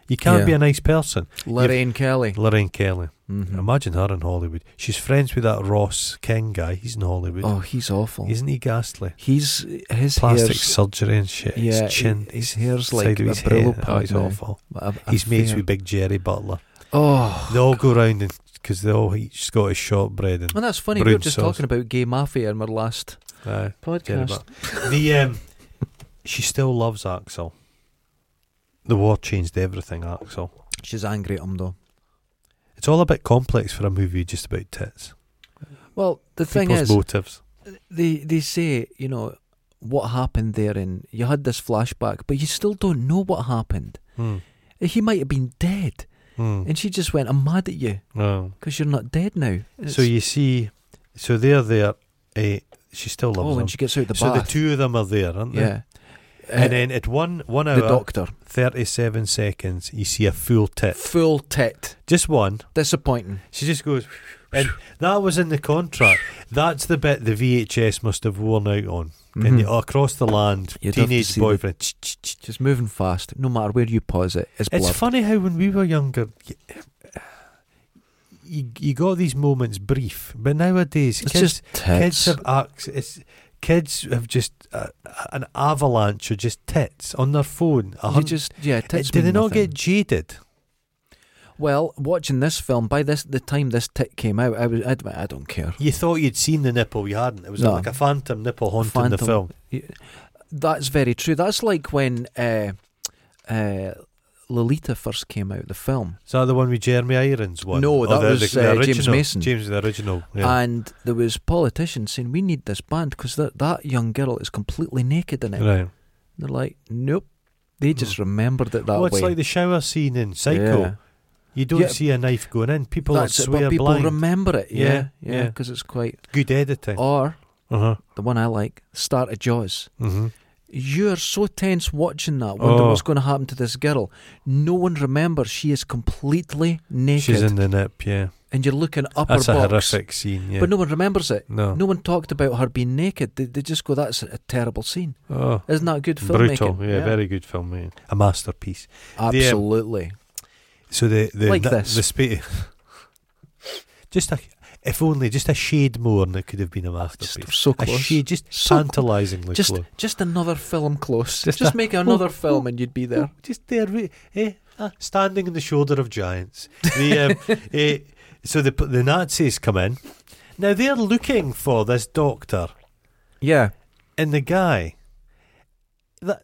B: You can't
A: Yeah.
B: be a nice person.
A: Lorraine Kelly.
B: Lorraine Kelly.
A: Mhm.
B: Imagine her in Hollywood. She's friends with that Ross King guy. He's in Hollywood.
A: Oh, he's awful.
B: Isn't he ghastly?
A: he's his
B: Plastic
A: hair's,
B: surgery and shit.
A: yeah,
B: his chin.
A: he- his hair's
B: side
A: like
B: of
A: a
B: his head.
A: brillo
B: Oh,
A: pad.
B: he's
A: now.
B: awful.
A: A- a
B: He's mates
A: fair-
B: with Big Jerry Butler.
A: Oh,
B: They all go round and because they all eat Scottish shortbread and
A: and that's funny. We were
B: brown
A: just
B: sauce.
A: talking about gay mafia in our last
B: Aye, Jerry
A: podcast.
B: Butler. the um, she still loves Axel. The war changed everything, Axel.
A: She's angry at him though.
B: It's all a bit complex for a movie just about tits.
A: Well, the thing
B: People's
A: is,
B: motives.
A: they they say you know what happened there, and you had this flashback, but you still don't know what happened.
B: Hmm.
A: He might have been dead,
B: Hmm.
A: and she just went, "I'm mad at you
B: Oh.
A: because you're not dead now."
B: So you see, so they're there. Eh, she still loves
A: oh,
B: him.
A: and she gets out the
B: so
A: bath.
B: the two of them are there, aren't they?
A: yeah,
B: And
A: Uh,
B: then at one one
A: the
B: hour
A: doctor,
B: thirty seven seconds, you see a full tit,
A: full tit,
B: just one.
A: disappointing.
B: She just goes, and that was in the contract. That's the bit the VHS must have worn out on. And
A: Mhm.
B: they, across the land,
A: You'd have to
B: teenage
A: see the-
B: boyfriend. ch- ch- ch-
A: Just moving fast, no matter where you pause it, it's
B: It's
A: blurred.
B: funny how when we were younger, y- you, you got these moments brief, but nowadays
A: It's
B: kids
A: just tits.
B: kids have acts. It's kids have just uh, an avalanche of just tits on their phone. A
A: you
B: hun-
A: just yeah, tits
B: do they
A: mean
B: not
A: nothing.
B: get jaded?
A: Well, watching this film, by this the time this tit came out, I was I'd, I don't care.
B: You thought you'd seen the nipple, you hadn't. It was
A: No.
B: like a phantom nipple haunting the
A: Phantom.
B: film.
A: That's very true. That's like when uh, uh, Lolita first came out, the film,
B: Is that the one with Jeremy Irons? One?
A: No,
B: Or
A: that was, uh, James
B: original-
A: Mason.
B: James the original. Yeah.
A: and there was politicians saying we need this banned because that that young girl is completely naked in it.
B: right.
A: And
B: Mm.
A: they're like, nope. They just remembered it that
B: Well,
A: way.
B: it's like the shower scene in Psycho.
A: Yeah.
B: You don't
A: Yeah.
B: see a knife going in. People are
A: That's it,
B: swear
A: but people
B: blind.
A: remember it. Yeah,
B: Yeah,
A: yeah,
B: yeah.
A: because it's quite.
B: Good editing.
A: Or
B: Uh huh.
A: the one I like, Start of Jaws.
B: Mm-hmm.
A: You're so tense watching that, wondering
B: Oh.
A: what's going to happen to this girl. No one remembers she is completely naked,
B: She's in the nip. Yeah,
A: and you're looking up
B: that's
A: her
B: a
A: box,
B: horrific scene. Yeah. Oh.
A: but no one remembers it.
B: no.
A: No one talked about her being naked. They, they just go, "That's a terrible scene."
B: Oh.
A: Isn't that good filmmaking?
B: Brutal, yeah, very good film, yeah. a masterpiece.
A: absolutely.
B: So the the
A: Like
B: the,
A: this.
B: the space, just a, if only just a shade more, and it could have been a
A: Oh, Just
B: masterpiece.
A: so
B: A
A: close.
B: shade, just
A: So cl-
B: tantalisingly
A: just
B: close.
A: just another film close.
B: Just
A: Just,
B: a-
A: make another
B: oh,
A: film, and you'd be there.
B: Oh, just there, we- eh, ah, standing on the shoulder of giants. The, um, eh, so the the Nazis come in. Now they're looking for this doctor
A: Yeah,
B: and the guy. That,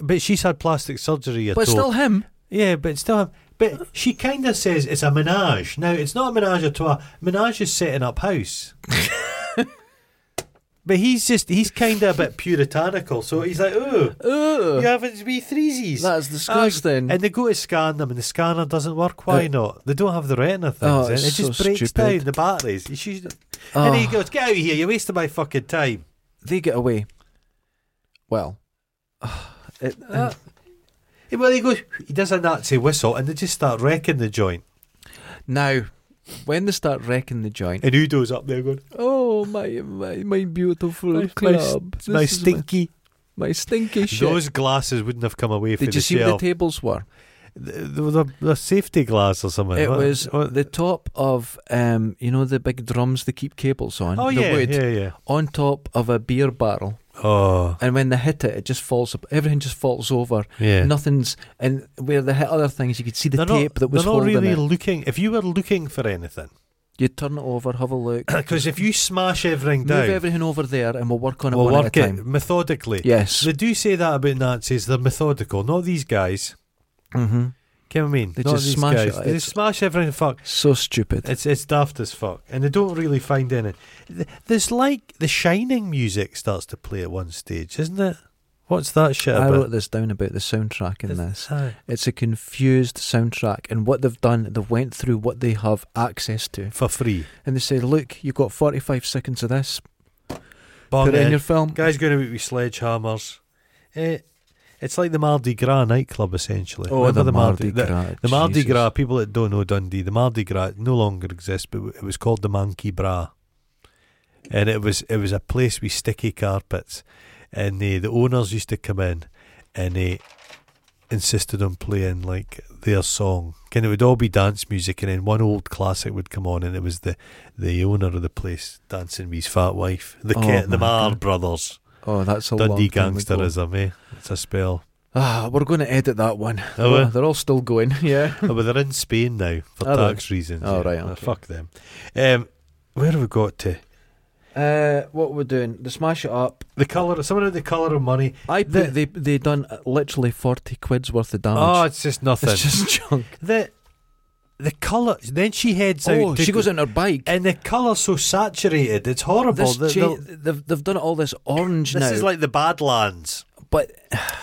B: but she's had plastic surgery. You're
A: but it's
B: told.
A: still him.
B: Yeah, but still, but she kind of says it's a menage. Now, it's not a menage at all. Menage is setting up house. but he's just, he's kind of a bit puritanical. So he's like, oh,
A: Ugh,
B: you having wee threesies.
A: that's disgusting.
B: and they go to scan them, and the scanner doesn't work. Why
A: Uh,
B: not? They don't have the retina things.
A: Oh,
B: and it
A: it's
B: just
A: so
B: breaks
A: stupid.
B: down the batteries. You should,
A: Oh.
B: And he goes, "Get out of here! You're wasting my fucking time."
A: they get away. Well, it,
B: Uh.
A: and
B: Eh, Well, he goes, he does a Nazi whistle, and they just start wrecking the joint.
A: now when they start wrecking the joint,
B: And Udo's up there going,
A: oh my my my beautiful
B: My- my
A: club, This
B: "My
A: is
B: stinky
A: my, my stinky shit.
B: Those glasses wouldn't have come away from
A: Did
B: the
A: you see what
B: shelf.
A: the tables were?
B: Th- they were the, the safety glass or something.
A: It
B: What-
A: was
B: what-
A: the top of um, you know the big drums they keep cables on,
B: oh
A: the
B: yeah,
A: wood
B: yeah, yeah.
A: on top of a beer barrel,
B: Oh
A: and when they hit it, it just falls. up. Everything just falls over.
B: yeah.
A: Nothing's and where they hit other things, you could see the
B: they're
A: tape
B: not,
A: that was
B: they're not
A: holding
B: really
A: it.
B: looking. If you were looking for anything,
A: You turn it over, have a look.
B: because if you smash everything
A: Move
B: down,
A: everything over there, and we'll work on it
B: we'll
A: one at
B: work
A: a time.
B: it methodically.
A: Yes.
B: They do say that about Nazis. They're methodical. Not these guys.
A: hmm
B: Can I mean?
A: They
B: not
A: just
B: these
A: smash
B: guys.
A: it.
B: They
A: It's-
B: just smash everything. Fuck.
A: So stupid.
B: It's it's daft as fuck, and they don't really find any. th- There's like the Shining music starts to play at one stage, isn't it? What's that shit
A: I
B: about?
A: wrote this down about the soundtrack in
B: Is-
A: this.
B: aye.
A: It's a confused soundtrack, and what they've done, they've went through what they have access to,
B: for free.
A: and they say, "Look, you've got 45 seconds of this.
B: Bong
A: Put it
B: it.
A: in your film."
B: Guys going out with sledgehammers. Eh, it's like the Mardi Gras nightclub, essentially.
A: oh,
B: Remember
A: the Mardi
B: the-
A: Gras.
B: The, Mardi
A: Jesus.
B: Gras, people that don't know Dundee, the Mardi Gras no longer exists, but it was called the Monkey Bra. And it was it was a place with sticky carpets. And eh, the owners used to come in and eh, insisted on playing like their song. And it would all be dance music, and then one old classic would come on, and it was the, the owner of the place dancing with his fat wife, the
A: Oh,
B: Ke- the
A: my
B: Mar
A: God.
B: brothers,
A: Oh, that's a
B: Dundee
A: long time ago.
B: gangsterism, eh? It's a spell.
A: Ah, we're going to edit that one.
B: Oh,
A: Well,
B: eh?
A: they're all still going. Yeah.
B: oh, but they're in Spain now for
A: Are they?
B: tax reasons.
A: Oh,
B: yeah.
A: right,
B: Nah,
A: okay.
B: Fuck them. Um, where have we got to?
A: Uh, what we're doing? The smash it up.
B: The colour. Someone of the colour of money.
A: I
B: The-
A: put, they they done literally forty quid's worth of damage.
B: Oh, it's just nothing.
A: it's just junk.
B: the the colour. Then she heads out.
A: oh,
B: to
A: she
B: go-
A: goes on her bike.
B: and the colour's so saturated. It's horrible.
A: This
B: The-
A: cha-
B: the-
A: they've they've done all this orange
B: this
A: now,
B: is like the Badlands,
A: but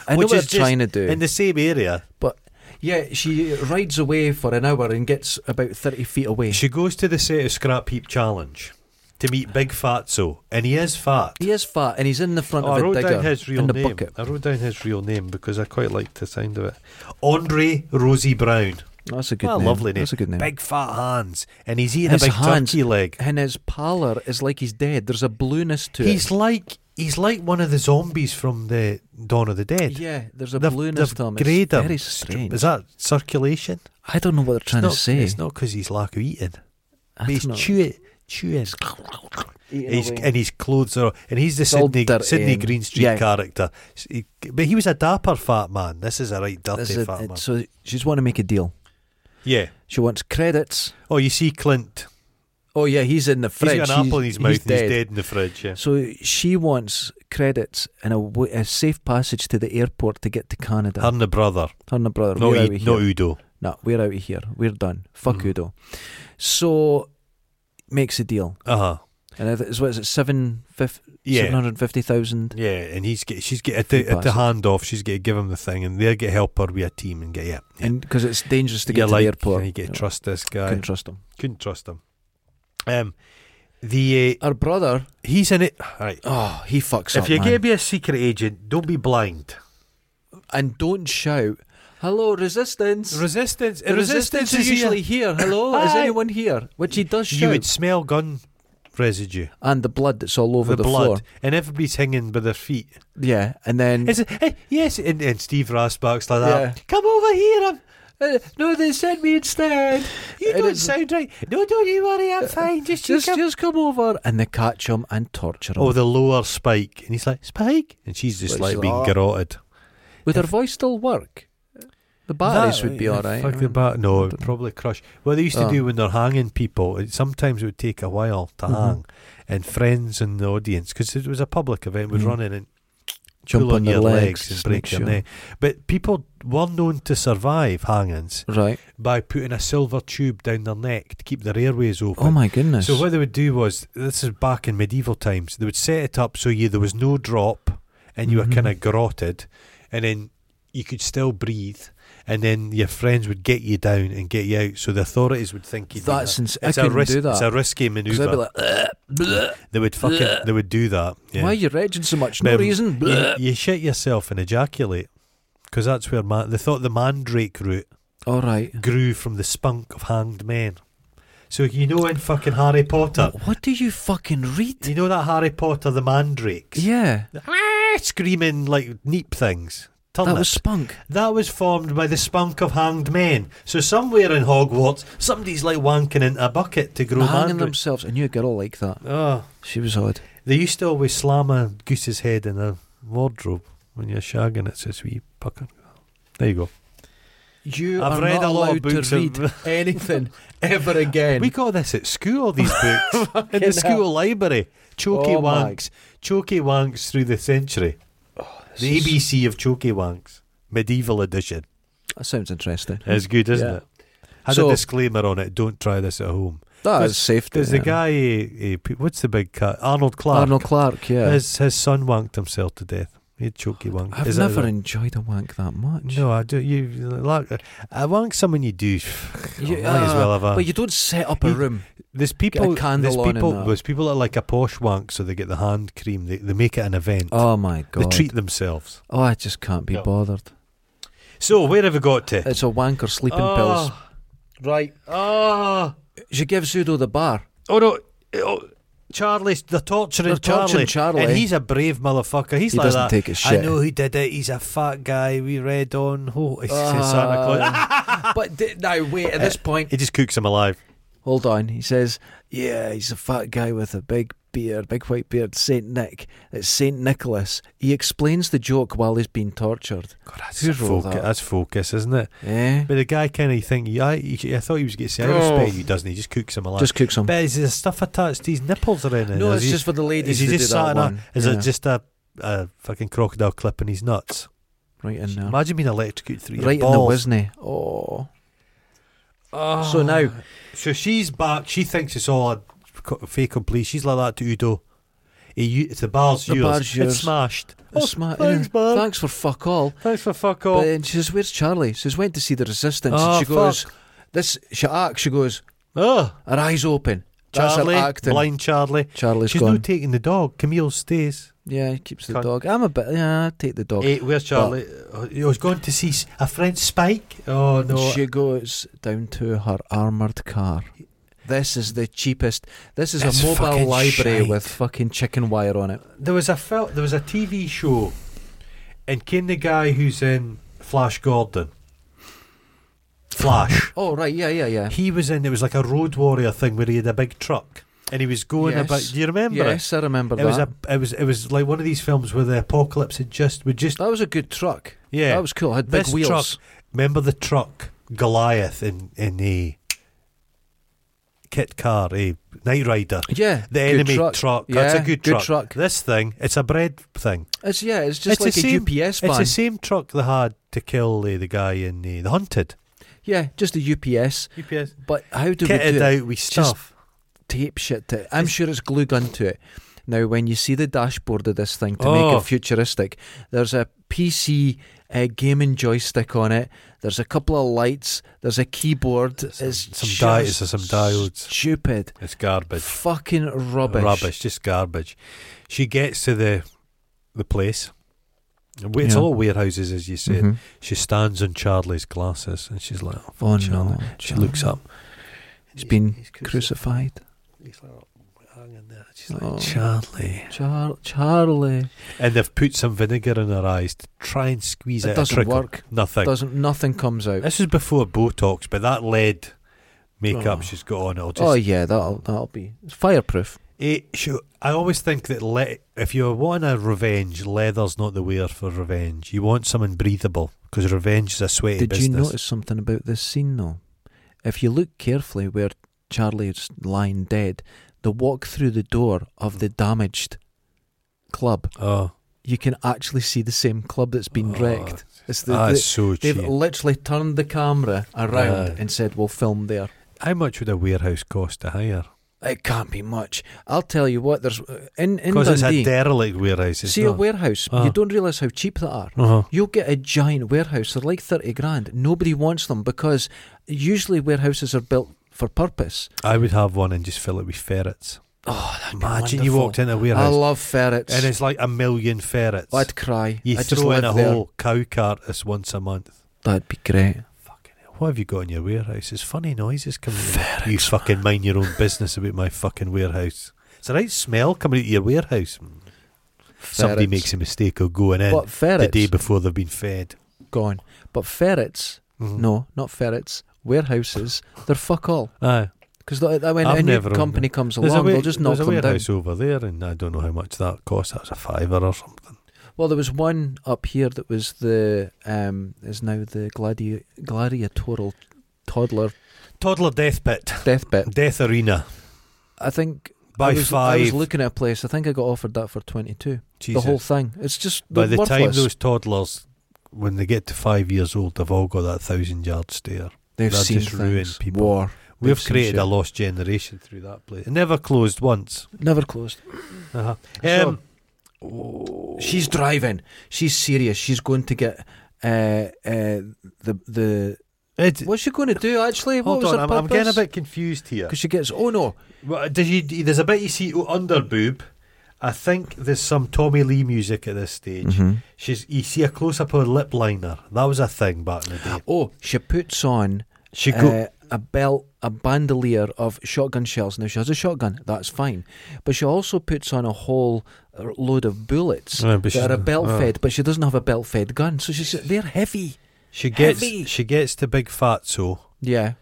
A: I know
B: which
A: what they're
B: is just
A: trying to do.
B: in the same area.
A: but yeah, she rides away for an hour and gets about thirty feet away.
B: She goes to the set of scrap heap challenge to meet Big Fatso, and he is fat.
A: he is fat and he's in the front
B: Oh, I
A: of a
B: wrote
A: digger
B: down his real
A: in the
B: name.
A: bucket.
B: I wrote down his real name because I quite liked the sound of it. Andre Rosie Brown.
A: That's a good
B: What a
A: name.
B: lovely name.
A: That's a good name.
B: Big fat hands, and he's eating
A: His
B: a big
A: hands-
B: turkey leg.
A: and his pallor is like he's dead. There's a blueness to it.
B: He's like he's like one of the zombies from the Dawn of the Dead.
A: Yeah, there's a
B: They've-
A: blueness
B: they've
A: to him.
B: greyed
A: It's
B: him.
A: very
B: Str-
A: strange.
B: Is that circulation?
A: I don't know what they're trying
B: not,
A: to say.
B: It's not because he's lack of eating.
A: I
B: He's
A: don't know.
B: chewing, chewing. He's,
A: away.
B: and his clothes are, and he's the
A: It's all
B: Sydney
A: dirty
B: Sydney
A: and-
B: Green Street
A: yeah.
B: character. S- he- But he was a dapper fat man. This is a right dirty
A: This is
B: fat
A: a,
B: man.
A: so she's want to make a deal.
B: Yeah.
A: She wants credits.
B: Oh, you see Clint.
A: Oh yeah, he's in the fridge.
B: he's got an apple in his mouth and
A: dead.
B: he's dead in the fridge. Yeah.
A: So she wants credits and a, w- a safe passage to the airport to get to Canada.
B: Her and the brother.
A: Her and her brother.
B: No,
A: we're out
B: he,
A: of here.
B: no Udo.
A: No, we're out of here. We're done. Fuck
B: Mhm.
A: Udo. So makes a deal.
B: Uh huh.
A: And I th- it's- what is it? Seven fif-
B: Yeah.
A: seven hundred fifty thousand.
B: Yeah, and he's get, she's get at the, at the
A: Bastard.
B: handoff. She's going to give him the thing, and they're going to help her with a team and get yeah. yeah.
A: And because it's dangerous to
B: You're
A: get to
B: like,
A: the airport,
B: You get to
A: know,
B: trust this guy.
A: Couldn't trust him.
B: Couldn't trust him. Um, the uh,
A: Her brother.
B: he's in it. Right.
A: Oh, he fucks up.
B: If you're
A: man.
B: going to be a secret agent, don't be blind.
A: and don't shout, "Hello, resistance!"
B: Resistance.
A: the resistance, is usually here. Hello, is
B: Aye.
A: anyone here? Which he does
B: you
A: shout,
B: would smell gun residue,
A: and the blood that's all over
B: the,
A: the,
B: blood,
A: floor.
B: and everybody's hanging by their feet.
A: Yeah, and then
B: It's a- eh, yes, and, and Steve Rasbach's like that.
A: Yeah.
B: Come over here. I'm,
A: Uh, no, they sent me instead.
B: you
A: It
B: don't
A: is-
B: sound right. No, don't you worry. I'm fine. Uh, Just, you
A: Just,
B: come
A: just come over, and they catch him and torture him
B: Oh, the lower Spike, and he's like Spike, and she's just
A: Like,
B: like being
A: "Oh."
B: garroted.
A: Would her voice still work? The batteries would be all right.
B: Fuck the bat. No, it'd
A: don't know.
B: probably crush. What they used to
A: Oh.
B: do when they're hanging people, it, sometimes it would take a while to
A: Mhm.
B: hang, and friends in the audience because it was a public event would
A: Mhm.
B: run in and
A: Jump
B: pull on,
A: their
B: your legs, and break
A: sneak
B: your
A: shot.
B: neck. But people were known to survive hangings
A: Right.
B: by putting a silver tube down their neck to keep their airways open.
A: Oh my goodness.
B: So what they would do was this is back in medieval times. They would set it up so you there was no drop, and you
A: Mhm.
B: were kind of garroted, and then you could still breathe, and then your friends would get you down and get you out. So the authorities would think you.
A: That's
B: did
A: ins-
B: that.
A: I
B: it's a
A: couldn't
B: risk,
A: do that.
B: It's a risky
A: 'Cause I'd be
B: maneuver.
A: like, "Ugh, bleh,
B: they would fucking.
A: Bleh.
B: They would do that. Yeah.
A: why are you raging so much? No
B: Um,
A: reason.
B: You,
A: bleh."
B: you shit yourself and ejaculate. Because that's where man, they thought the mandrake root
A: All right.
B: grew from the spunk of hanged men. So you know in fucking Harry Potter,
A: What do you fucking read?
B: you know that Harry Potter the mandrakes.
A: Yeah,
B: Ah, screaming like neep things.
A: that
B: Turnip.
A: was spunk.
B: that was formed by the spunk of hanged men. So somewhere in Hogwarts, somebody's like wanking into a bucket to grow
A: They're hanging
B: mandrake.
A: themselves. I knew a girl like that.
B: Oh,
A: She was odd.
B: they used to always slam a goose's head in a wardrobe when you're shagging. It's this wee pucker. There you go.
A: You
B: I've
A: are
B: read
A: not
B: a lot of
A: allowed
B: books.
A: to read
B: of-
A: anything ever again.
B: we got this at school. These books in the
A: hell.
B: school library. Chokey
A: Oh my.
B: wanks, chokey wanks through the century. the
A: This is-
B: ABC of chokey wanks, medieval edition.
A: That sounds interesting.
B: It's good, isn't
A: Yeah.
B: it? Had
A: So-
B: a disclaimer on it. Don't try this at home.
A: That
B: There's-
A: is safety.
B: There's
A: yeah.
B: the guy. eh, eh, p- what's the big cat? Arnold Clark.
A: Arnold Clark. Yeah,
B: His his son wanked himself to death. He had chokey wank.
A: I've
B: Is that-
A: never enjoyed a wank that much.
B: no, I do. You like I wank someone you do.
A: You-
B: might as
A: ah,
B: well have a.
A: But you don't set up a
B: You-
A: room.
B: There's people.
A: candle
B: There's
A: on and
B: people.
A: that.
B: There's people that are like a posh wank, so they get the hand cream. They they make it an event.
A: Oh my god.
B: they treat themselves.
A: oh, I just can't be
B: No.
A: bothered.
B: So where have we got to?
A: It's a wanker sleeping
B: Oh.
A: pills.
B: Right. Ah.
A: She gives Udo the bar.
B: Oh no. Oh, Charlie's they're torturing,
A: They're torturing
B: Charlie,
A: Charlie.
B: and he's a brave motherfucker. He's
A: he
B: like
A: doesn't
B: that.
A: take a
B: I
A: shit.
B: know who did it. He's a fat guy. We read on. Oh, he's
A: Ah.
B: Santa Claus.
A: Uh, But di- now wait, at this point,
B: he just cooks him alive.
A: hold on. He says, "Yeah, he's a fat guy with a big beard, big white beard, Saint Nick. It's Saint Nicholas." He explains the joke while he's being tortured. Eh?
B: God, that's
A: Who wrote
B: focus.
A: that?
B: That's focus, isn't it?
A: Yeah,
B: But the guy kind of think, yeah, I, I thought he was getting. to say, I
A: Oh.
B: respect you, doesn't he? Just cooks him alive.
A: just cooks him.
B: but is there stuff attached to his nipples or anything?
A: No,
B: Is
A: it's
B: he-
A: just for the ladies
B: Is he
A: to
B: just
A: do that
B: sat in a-
A: one.
B: Is
A: yeah.
B: it just a, a fucking crocodile clip in his nuts?
A: right in there,
B: Imagine being electrocuted through
A: right
B: your
A: in the
B: balls. Oh.
A: wisney? Oh, So now-
B: so she's back. She thinks it's all a co- fake complete. She's like that to Udo. He, u- it's the bar's
A: The
B: yours.
A: bar's yours.
B: It's smashed.
A: It's smart.
B: thanks,
A: yeah.
B: man.
A: oh, Thanks Oh. for fuck all.
B: Thanks for fuck
A: But
B: all.
A: then she says, "Where's Charlie?" She says, "Went to see the resistance."
B: Oh,
A: and she goes, "This." She acts. She goes,
B: oh,
A: her eyes open. That's her
B: Charlie,
A: Ah, acting.
B: blind Charlie.
A: Charlie's
B: She's
A: gone.
B: not taking the dog. Camille stays.
A: Yeah, he keeps the
B: Cunt.
A: dog. I'm a bit. Yeah, I'd take the dog.
B: Eh, where's Charlie? Oh, he was going to see s- a friend Spike. Oh no.
A: She goes down to her armoured car. This is the cheapest. This is
B: It's
A: a mobile
B: fucking
A: library
B: shite.
A: with fucking chicken wire on it.
B: there was a fil- there was a TV show, and came the guy who's in Flash Gordon. Flash.
A: Oh right, yeah, yeah, yeah.
B: He was in. It was like a road warrior thing where he had a big truck, and he was going
A: Yes.
B: about. Do you remember it?
A: yes, I remember
B: It
A: that.
B: was a. It was. It was like one of these films where the apocalypse had just. Would just.
A: that was a good truck.
B: Yeah.
A: That was cool. It had big
B: This
A: wheels.
B: truck- Remember the truck Goliath in in the Kit Car, a Knight Rider.
A: Yeah,
B: The
A: good
B: enemy
A: truck.
B: truck. That's a
A: Yeah,
B: good
A: good
B: truck.
A: truck.
B: This thing, it's a bread thing.
A: It's yeah, it's just
B: It's
A: like
B: the
A: a
B: same-
A: UPS
B: It's
A: van.
B: the same truck they had to kill uh, the guy in uh, The Hunted.
A: yeah, just a UPS.
B: UPS.
A: But how E do we do
B: Kitted
A: it?
B: out with stuff.
A: tape shit to it. I'm sure it's glue gun to it. Now, when you see the dashboard of this thing to
B: Oh.
A: make it futuristic, there's a PC uh, gaming joystick on it. There's a couple of lights. There's a keyboard. it's
B: some
A: just
B: di- it's some diodes.
A: Stupid.
B: It's garbage.
A: Fucking rubbish.
B: just garbage. She gets to the the place. It's
A: Yeah.
B: all warehouses, as you said.
A: Mhm.
B: She stands on Charlie's glasses and she's like, oh,
A: Oh
B: Charlie.
A: no!
B: She looks up.
A: He's been
B: cruci-
A: crucified.
B: He's like, hanging there. She's like,
A: Oh.
B: Charlie.
A: Char- Charlie.
B: And they've put some vinegar in her eyes to try and squeeze
A: It
B: out a
A: doesn't
B: trickle.
A: work.
B: Nothing.
A: Doesn't nothing comes out.
B: This was before Botox, but that lead makeup
A: Oh.
B: she's got on it'll just.
A: oh yeah, that'll that'll be it's fireproof.
B: It should- Eh, I always think that le- if you want a revenge, leather's not the wear for revenge. You want something breathable because revenge is a sweaty
A: Did
B: business.
A: you notice something about this scene though? If you look carefully where Charlie is lying dead, the walk through the door of the damaged club,
B: Oh,
A: you can actually see the same club that's been
B: Oh,
A: wrecked. It's the,
B: that's
A: the-
B: so cheap. Ah.
A: they've literally turned the camera around
B: Aye.
A: and said, "We'll film there."
B: How much would a warehouse cost to hire?
A: It can't be much. I'll tell you what. There's uh, in in
B: Because it's a
A: Dundee.
B: derelict warehouse. It's
A: see a
B: not.
A: warehouse.
B: Uh-huh.
A: You don't realise how cheap they are.
B: uh-huh.
A: You'll get a giant warehouse. They're like thirty grand. Nobody wants them because usually warehouses are built for purpose.
B: I would have one and just fill it with ferrets.
A: Oh, that'd be
B: Imagine
A: wonderful.
B: you walked into a
A: I
B: warehouse
A: love ferrets.
B: and it's like a million ferrets.
A: I'd cry.
B: you
A: I just
B: throw in
A: live
B: a
A: there.
B: whole cow cart this once a month.
A: That'd be great.
B: Fucking hell. What have you got in your warehouse? It's funny noises coming out. You fucking mind your own business about my fucking warehouse. It's a right smell coming out of your warehouse. Somebody
A: Ferrets.
B: makes a mistake of going in
A: but
B: the
A: ferrets
B: day before they've been fed.
A: gone. But ferrets,
B: Mhm.
A: no, not ferrets. Warehouses, they're fuck all.
B: Aye.
A: Because when
B: I've
A: a new
B: never owned
A: company comes
B: There's a
A: along,
B: wa-
A: they'll just knock
B: there's a
A: them down.
B: warehouse over there, and I don't know how much that cost. That's a fiver or something.
A: Well, there was one up here that was the um is now the gladi- gladiatorial toddler
B: Toddler death pit,
A: death bit.
B: death arena
A: I think
B: by
A: I was,
B: five.
A: I was looking at a place. I think I got offered that for twenty two. The
B: Jesus.
A: whole thing. It's just
B: By
A: they're
B: the time
A: worthless.
B: those toddlers, when they get to five years old, they've all got that thousand yard stare.
A: They've
B: They'll
A: seen
B: just ruin
A: things.
B: people.
A: War. They've
B: We've
A: seen
B: created a
A: shit.
B: lost generation through that place. It never closed once.
A: Never closed.
B: Uh-huh.
A: So-
B: Um,
A: She's driving. She's serious. She's going to get uh, uh, the the.
B: it,
A: What's she going to do? Actually, what
B: hold
A: was
B: on,
A: her
B: I'm, I'm getting a bit confused here.
A: because she gets. Oh no!
B: Well, Does you, there's a bit you see o- under boob. I think there's some Tommy Lee music at this stage.
A: Mm-hmm.
B: She's you see a close up of her lip liner. That was a thing back in the day.
A: Oh, she puts on
B: She go,
A: uh, a belt, a bandolier of shotgun shells. Now she has a shotgun, that's fine, but she also puts on a whole uh, load of bullets
B: Yeah, but she's-
A: that are belt
B: oh.
A: fed, but she doesn't have a belt fed gun, so she's they're heavy.
B: She gets
A: Heavy.
B: she gets to Big Fatso,
A: Yeah,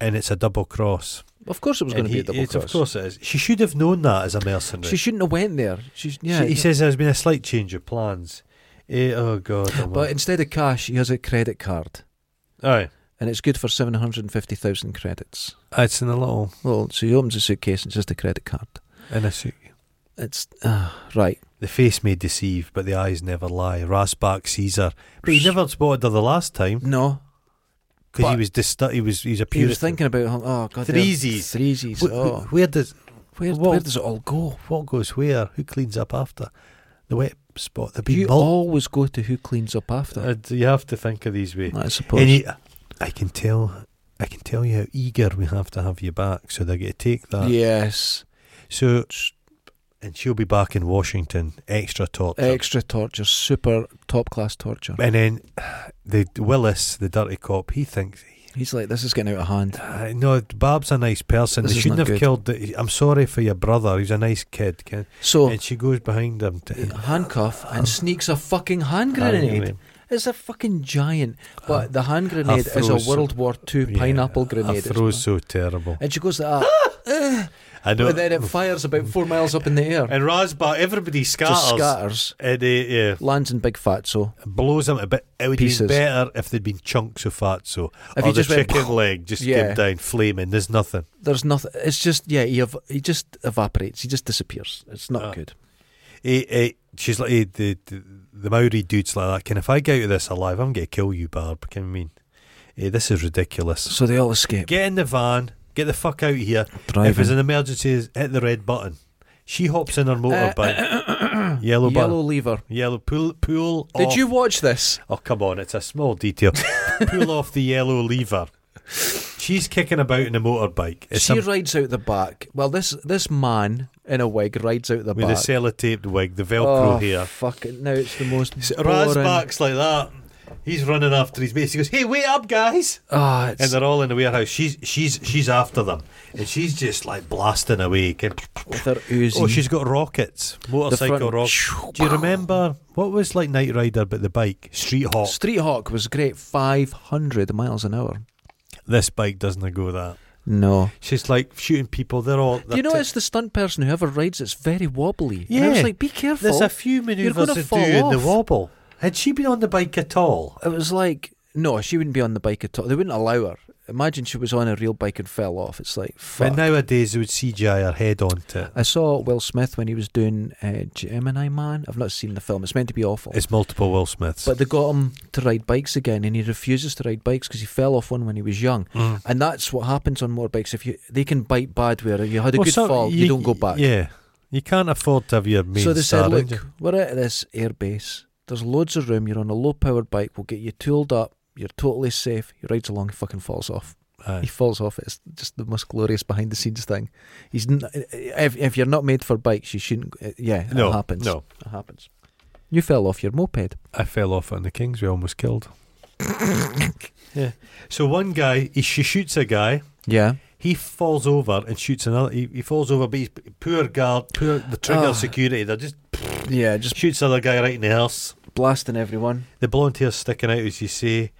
B: and it's a double cross.
A: of course it was
B: And
A: going to be
B: he-
A: a double
B: it's-
A: cross.
B: Of course it is. She should have known that as a mercenary.
A: she shouldn't have went there. She's yeah.
B: She- he
A: yeah.
B: says there's been a slight change of plans. Eh, oh God! I'm
A: but instead of cash, he has a credit card,
B: all right,
A: and it's good for seven hundred and fifty thousand credits.
B: it's in a little
A: Well, so he opens the suitcase and it's just a credit card.
B: in a suit.
A: It's uh, right.
B: The face may deceive, but the eyes never lie. Rasbach sees her, but he never spotted her the last time
A: No,
B: because he
A: But-
B: was distu- He was he's a
A: he was
B: Puritan.
A: thinking about oh god, they're-
B: Threesies.
A: threesies.
B: Wh-
A: Oh,
B: wh- where does
A: where,
B: well-
A: where does it all go?
B: what goes where? Who cleans up after the wet spot? The
A: You
B: big mul-
A: always go to who cleans up after.
B: Uh, you have to think of these ways.
A: I suppose.
B: And you, I can tell, I can tell you how eager we have to have you back. So they're going to take that.
A: yes,
B: So, and she'll be back in Washington, extra torture.
A: extra torture, super top class torture.
B: and then the Willis, the dirty cop, he thinks,
A: He's like, this is getting out of hand.
B: "Ah, no, Barb's a nice person.
A: This
B: they
A: is
B: shouldn't
A: not
B: have
A: good."
B: killed. The, I'm sorry for your brother. He's a nice kid. Can,
A: So
B: And she goes behind him. To,
A: handcuff
B: Um,
A: and sneaks a fucking hand grenade. It's a fucking giant, but the hand grenade is a
B: throws-
A: World War II
B: Yeah,
A: pineapple
B: Her
A: grenade.
B: throw's so terrible.
A: and she goes like that,
B: I know.
A: and then it fires about four miles up in the air,
B: and Rasbar, everybody scatters.
A: just scatters,
B: And, uh, yeah.
A: lands in big fatso.
B: blows them a bit. It would have
A: Pieces.
B: been better if there'd been chunks of fatso.
A: If
B: or
A: you
B: the
A: just went,
B: chicken leg just
A: Yeah.
B: came down flaming. There's nothing.
A: There's nothing. It's just yeah, he ev- he just evaporates. He just disappears. It's not
B: Ah.
A: good.
B: Eh, eh, she's like, eh, the, the the Maori dude's like that. Can if I get out of this alive, I'm going to kill you, Barb. Can I mean? Eh, this is ridiculous.
A: So they all escape.
B: Get in the van. Get the fuck out of here. If
A: Driving.
B: there's an emergency, hit the red button. She hops in her
A: Uh,
B: motorbike. yellow button.
A: Yellow lever.
B: Yellow. Pull, pull
A: Did
B: off.
A: you watch this?
B: Oh, come on, it's a small detail. Pull off the yellow lever. She's kicking about in a motorbike. It's
A: she
B: some-
A: rides out the back. Well, this this man in a wig rides out the
B: with
A: back.
B: the sellotaped wig, the
A: oh,
B: velcro hair.
A: fuck it. Now it's the most boring.
B: Razback's like that. He's running after his mates. He goes, "Hey, wait up, guys!"
A: Ah, it's-
B: And they're all in the warehouse. She's she's she's after them, and she's just like blasting away. Can-
A: with her Uzi.
B: Oh, she's got rockets, motorcycle
A: front-
B: rockets. Do you remember what was like Night Rider, but the bike, Street Hawk?
A: Street Hawk was great. Five hundred miles an hour.
B: This bike doesn't go that.
A: No.
B: She's like shooting people. They're all.
A: Do you
B: they're
A: know it's the stunt person whoever rides it's very wobbly. And I
B: Yeah.
A: was like, be careful.
B: There's a few
A: gonna
B: manoeuvres to do
A: fall
B: in the
A: off.
B: wobble. Had she been on the bike at all?
A: It was like, no, she wouldn't be on the bike at all. They wouldn't allow her. Imagine she was on a real bike and fell off. It's like, fuck.
B: But nowadays they would CGI her head onto it.
A: I saw Will Smith when he was doing uh, Gemini Man. I've not seen the film. It's meant to be awful.
B: It's multiple Will Smiths.
A: but they got him to ride bikes again, and he refuses to ride bikes because he fell off one when he was young.
B: Mm.
A: And that's what happens on motorbikes. If you they can bite bad, where if you had a
B: Well,
A: good
B: some-
A: fall, you, don't go back.
B: Yeah, you can't afford to have your main
A: so they
B: star
A: said, look,
B: engine.
A: we're out of this airbase. There's loads of room. You're on a low-powered bike. We'll get you tooled up. You're totally safe. He rides along. He fucking falls off.
B: Aye.
A: He falls off. It's just the most glorious behind-the-scenes thing. He's n- if if you're not made for bikes, you shouldn't. uh, Yeah,
B: no,
A: it happens.
B: no.
A: It happens. You fell off your moped.
B: I fell off on the Kings. We almost killed. yeah. So one guy, he, she shoots a guy.
A: Yeah.
B: He falls over and shoots another. He, he falls over, but he's poor guard, poor the trigger
A: Ah.
B: security. They just
A: Yeah, just
B: shoots another guy right in the house.
A: blasting everyone.
B: The blonde hair sticking out, as you say.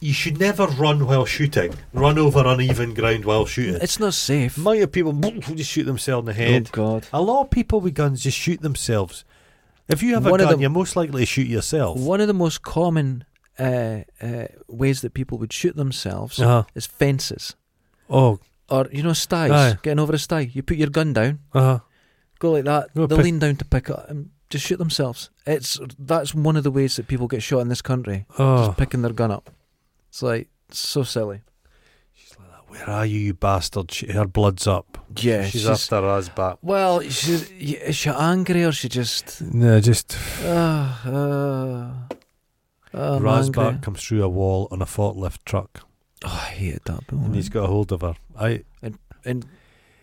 B: You should never run while shooting. Run over uneven ground while shooting.
A: It's not safe.
B: Amount of people just shoot themselves in the head.
A: Oh God.
B: A lot of people with guns just shoot themselves. If you have a
A: One of
B: gun,
A: them-
B: you're most likely to shoot yourself.
A: One of the most common uh, uh, ways that people would shoot themselves
B: Uh-huh.
A: is fences.
B: Oh,
A: Or, you know, styes.
B: Aye.
A: Getting over a sty. You put your gun down,
B: uh-huh.
A: go like that,
B: No,
A: they
B: pick-
A: lean down to pick up and just shoot themselves. It's That's one of the ways that people get shot in this country.
B: oh.
A: Just picking their gun up. It's like, so silly.
B: Where are you, you bastard? She, her blood's up.
A: Yeah.
B: she's, after us back.
A: Well, she's, y- is she angry or she just.
B: No, just
A: Uh, uh, uh,
B: Razbak comes through a wall on a forklift truck,
A: Oh, I hated that.
B: and he's got a hold of her. I
A: and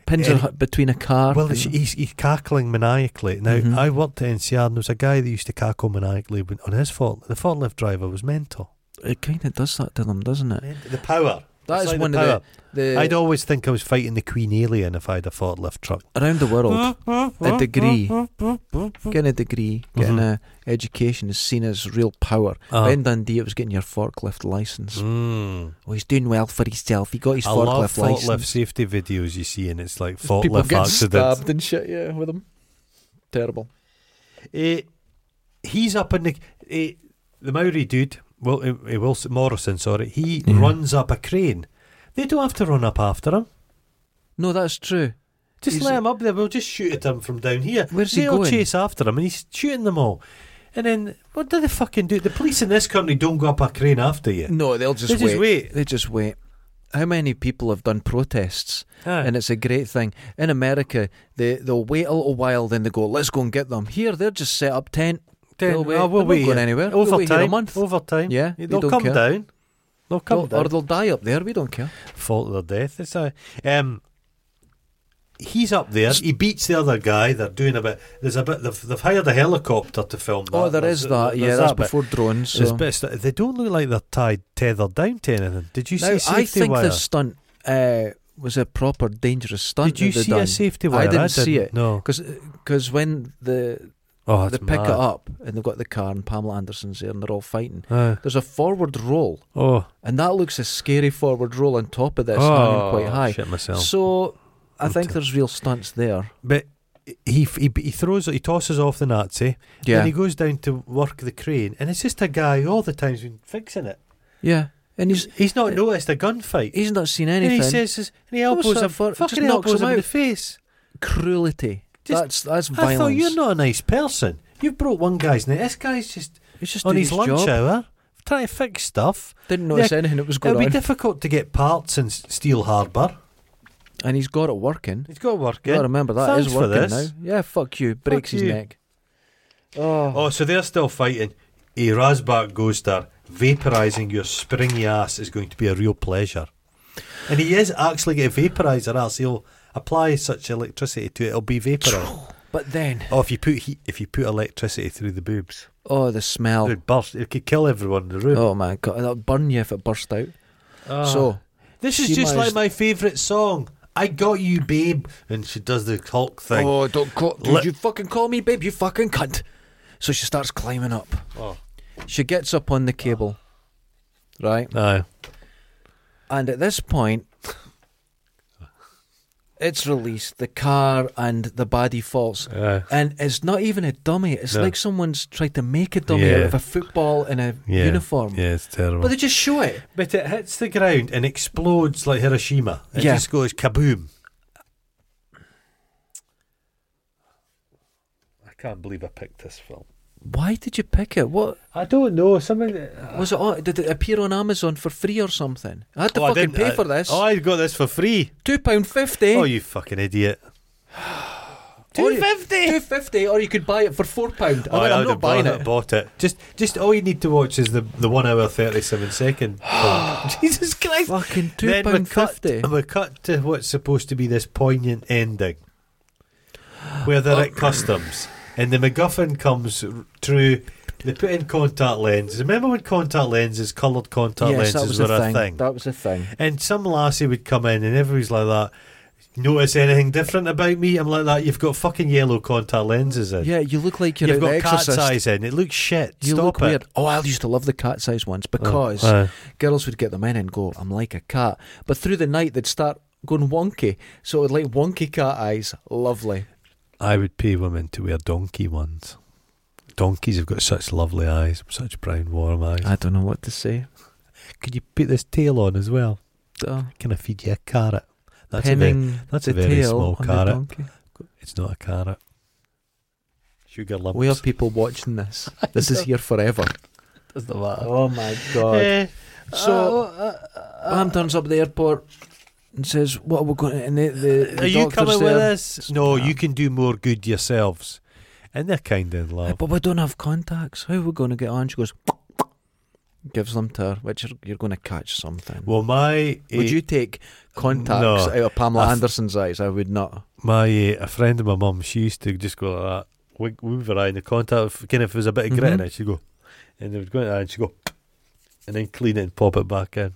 A: pins her
B: And-
A: hu- between a car.
B: well,
A: and-
B: she, he's, he's cackling maniacally. Now,
A: Mhm.
B: I worked at NCR, and there was a guy that used to cackle maniacally when- on his fault. The forklift driver was mental.
A: it kind of does that to them, doesn't it?
B: The power.
A: That
B: It's
A: is
B: like the
A: one of the, uh, the
B: I'd always think I was fighting the Queen alien if I had a forklift truck.
A: around the world. a degree, getting a degree, getting
B: Mhm.
A: a education is seen as real power.
B: Uh,
A: In Dundee, it was getting your forklift license.
B: mm.
A: Well, he's doing well for himself. He got his
B: I
A: forklift
B: love forklift
A: license.
B: safety videos you see, and it's like
A: There's People
B: forklift
A: getting
B: accidents.
A: stabbed and shit. Yeah, with him. Terrible.
B: Eh, he's up in the eh, the Maori dude. Well, eh, eh, Wilson Morrison, sorry, he
A: Yeah.
B: runs up a crane. They don't have to run up after him.
A: No, that's true.
B: Just
A: He's-
B: let him up there. We'll just shoot at him from down here.
A: Where's he
B: They'll
A: going?
B: chase after him, and he's shooting them all. And then what do they fucking do? The police in this country don't go up a crane after you.
A: No, they'll just
B: they just wait.
A: They just wait. How many people have done protests?
B: Aye.
A: And it's a great thing. In America, they, they'll wait a little while, then they go, let's go and get them. Here, they're just set up tent.
B: Then,
A: they'll wait.
B: oh, we'll
A: They're not
B: wait
A: going
B: here.
A: anywhere. They'll
B: Over
A: wait here
B: time,
A: a month.
B: over time.
A: Yeah, they
B: they'll
A: don't
B: come
A: care.
B: down. They'll come
A: They'll-
B: down.
A: or they'll die up there. We don't care.
B: fault of their death. It's a, um, he's up there. He beats the other guy. They're doing a bit. There's a bit. They've, they've hired a helicopter to film. That.
A: oh, there is that. Yeah,
B: there's
A: that's
B: bit.
A: before drones.
B: There's
A: So.
B: bits that- they don't look like they're tied tethered down to anything. Did you
A: Now,
B: see
A: I
B: safety
A: think
B: wire?
A: this stunt uh, was a proper dangerous stunt.
B: Did you
A: that they
B: see
A: done.
B: a safety wire?
A: didn't see it.
B: No.
A: Because when the
B: Oh,
A: they
B: that's
A: pick
B: mad.
A: it up and they've got the car and Pamela Anderson's there and they're all fighting,
B: Aye.
A: there's a forward roll
B: Uh, oh,
A: and that looks a scary forward roll on top of this hanging
B: oh,
A: quite high.
B: Shit myself.
A: So I
B: I'm
A: think
B: t-
A: there's real stunts there.
B: but he, he he throws he tosses off the Nazi.
A: Yeah,
B: Then he goes down to work the crane, and it's just a guy all the time's been fixing it.
A: yeah, and he's
B: he's not noticed a gunfight.
A: he's not seen
B: And
A: anything.
B: he says, this- and he
A: What's
B: elbows
A: that
B: him,
A: for? Just
B: fucking
A: knocks
B: elbows
A: him
B: him in the
A: out.
B: face.
A: Cruelty.
B: Just-
A: that's that's
B: I thought
A: violence.
B: you're not a nice person. You've brought one guy's neck. This guy's just
A: He's just
B: on
A: doing
B: his, lunch
A: job.
B: hour trying to fix stuff.
A: Didn't notice anything that was
B: It'll
A: going
B: be
A: on,
B: difficult to get parts in S- Steel Harbour.
A: and he's got it working.
B: He's got to work
A: Got to
B: in.
A: remember that is
B: Thanks for
A: working now.
B: this.
A: Yeah, fuck you. Breaks his
B: you.
A: neck. Oh,
B: Oh, so they're still fighting. A Razbak goes there. Vaporising your springy ass is going to be a real pleasure. And he is actually going to vaporise her ass. He'll apply such electricity to it, it'll be vaporised.
A: but then,
B: oh, if you put heat, if you put electricity through the boobs.
A: oh, the
B: It
A: smell.
B: would burst. It could kill everyone in the room.
A: Oh my god, that'll burn you if it burst out. so
B: this is
A: she
B: just
A: managed-
B: like my favourite song. I got you, babe, and she does the Hulk thing.
A: Oh, don't call, dude,
B: Let-
A: you fucking call me, babe, you fucking cunt. So she starts climbing up.
B: Oh.
A: She gets up on the cable, right?
B: No,
A: And at this point, it's released the car and the baddie falls.
B: Aye.
A: And it's not even a dummy, it's
B: No.
A: like someone's tried to make a dummy out
B: Yeah.
A: of a football in a
B: yeah,
A: uniform.
B: Yeah, it's terrible.
A: But
B: But,
A: they just show it.
B: it hits the ground and explodes like Hiroshima. It
A: Yeah.
B: just goes kaboom. I can't believe I picked this film.
A: Why did you pick it? What
B: I don't know. Something.
A: was it? On, did it appear on Amazon for free or something? I had to fucking pay for this.
B: Oh, I got this for free.
A: Two pound fifty.
B: Oh, you oh, fucking idiot!
A: Two fifty. Two fifty, or you could buy it for four pound. I
B: Aye,
A: mean,
B: I'd
A: I'm not
B: have
A: buying
B: Oh, bought
A: it.
B: Bought it. Just, just all you need to watch is the the one hour thirty seven second. part. Jesus Christ!
A: Fucking two
B: Then we're
A: pound
B: cut.
A: fifty.
B: We're cut to what's supposed to be this poignant ending, where they're at customs and the MacGuffin comes r- through. They put in contact lenses. Remember when contact lenses, coloured contact
A: Yes, that
B: lenses,
A: was
B: were
A: a
B: a
A: thing. That was a thing.
B: and some lassie would come in and everybody's like that. Notice anything different about me? I'm like that. You've got fucking yellow contact lenses in.
A: Yeah, you look like you're
B: You've
A: out
B: got
A: the
B: cat's
A: exorcist.
B: eyes in. It looks shit.
A: You
B: Stop
A: look
B: it. Oh,
A: weird. Oh, I used to love the cat's eyes ones because
B: Aye.
A: girls would get them in and go, "I'm like a cat," but through the night they'd start going wonky. So it would like wonky cat eyes. Lovely.
B: I would pay women to wear donkey ones. Donkeys have got such lovely eyes, such brown, warm eyes.
A: I don't know what to say.
B: Could you put this tail on as well?
A: Uh,
B: Can I feed you a carrot? That's a very,
A: pinning
B: that's
A: the
B: a very
A: tail
B: small
A: on the
B: carrot.
A: donkey.
B: It's not a carrot. Sugar lumps.
A: We have people watching this. This is here forever.
B: Doesn't matter.
A: Oh my god.
B: Eh, oh, uh,
A: So Bam turns up at the airport and says, "What are we going?" And the, the, the
B: are you
A: doctor's
B: coming
A: there.
B: with us? No,
A: Nah.
B: you can do more good yourselves. And they're kind in love.
A: But we don't have contacts. How are we going to get on? She goes, gives them to her, which you're, you're going to catch something.
B: Well, my eh,
A: would you take contacts
B: No.
A: out of Pamela
B: I th-
A: Anderson's eyes? I would not.
B: my eh, a friend of my mum, she used to just go like that, wink, move her eye in the contact. If, again, if there was a bit of grit in
A: Mhm.
B: it, she'd go, and they would go in there and she'd go, and then clean it and pop it back in.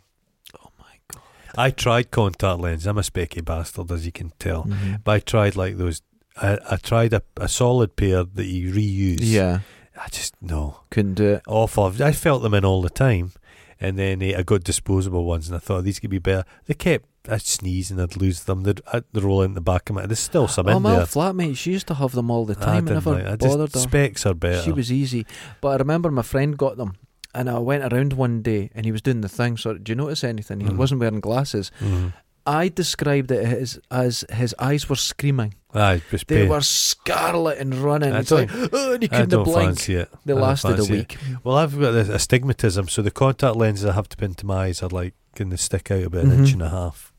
A: Oh my god!
B: I tried contact lens. I'm a specky bastard, as you can tell.
A: Mhm.
B: But I tried like those. I, I tried a, a solid pair that you reuse.
A: Yeah,
B: I just no
A: couldn't do it.
B: off of. I felt them in all the time, and then eh, I got disposable ones, and I thought these could be better. They kept. I'd sneeze and I'd lose them. They'd, I'd roll in the back of my. There's still some
A: oh,
B: in
A: my
B: there.
A: flatmate, she used to have them all the
B: I
A: time. I,
B: didn't
A: never
B: like- I just-
A: bothered her.
B: Specs are better.
A: She was easy. But I remember my friend got them. And I went around one day and he was doing the thing. So, do you notice anything? He
B: Mhm.
A: wasn't wearing glasses.
B: Mhm.
A: I described it as, as his eyes were screaming.
B: Aye, it was
A: They
B: pain.
A: were scarlet and running.
B: I
A: It's like, oh, and he
B: I
A: couldn't
B: don't
A: blink.
B: fancy it.
A: They
B: I don't
A: lasted a
B: fancy it.
A: week.
B: Well, I've got this astigmatism, so the contact lenses I have to put into my eyes are like going to stick out about an
A: Mhm.
B: inch and a half.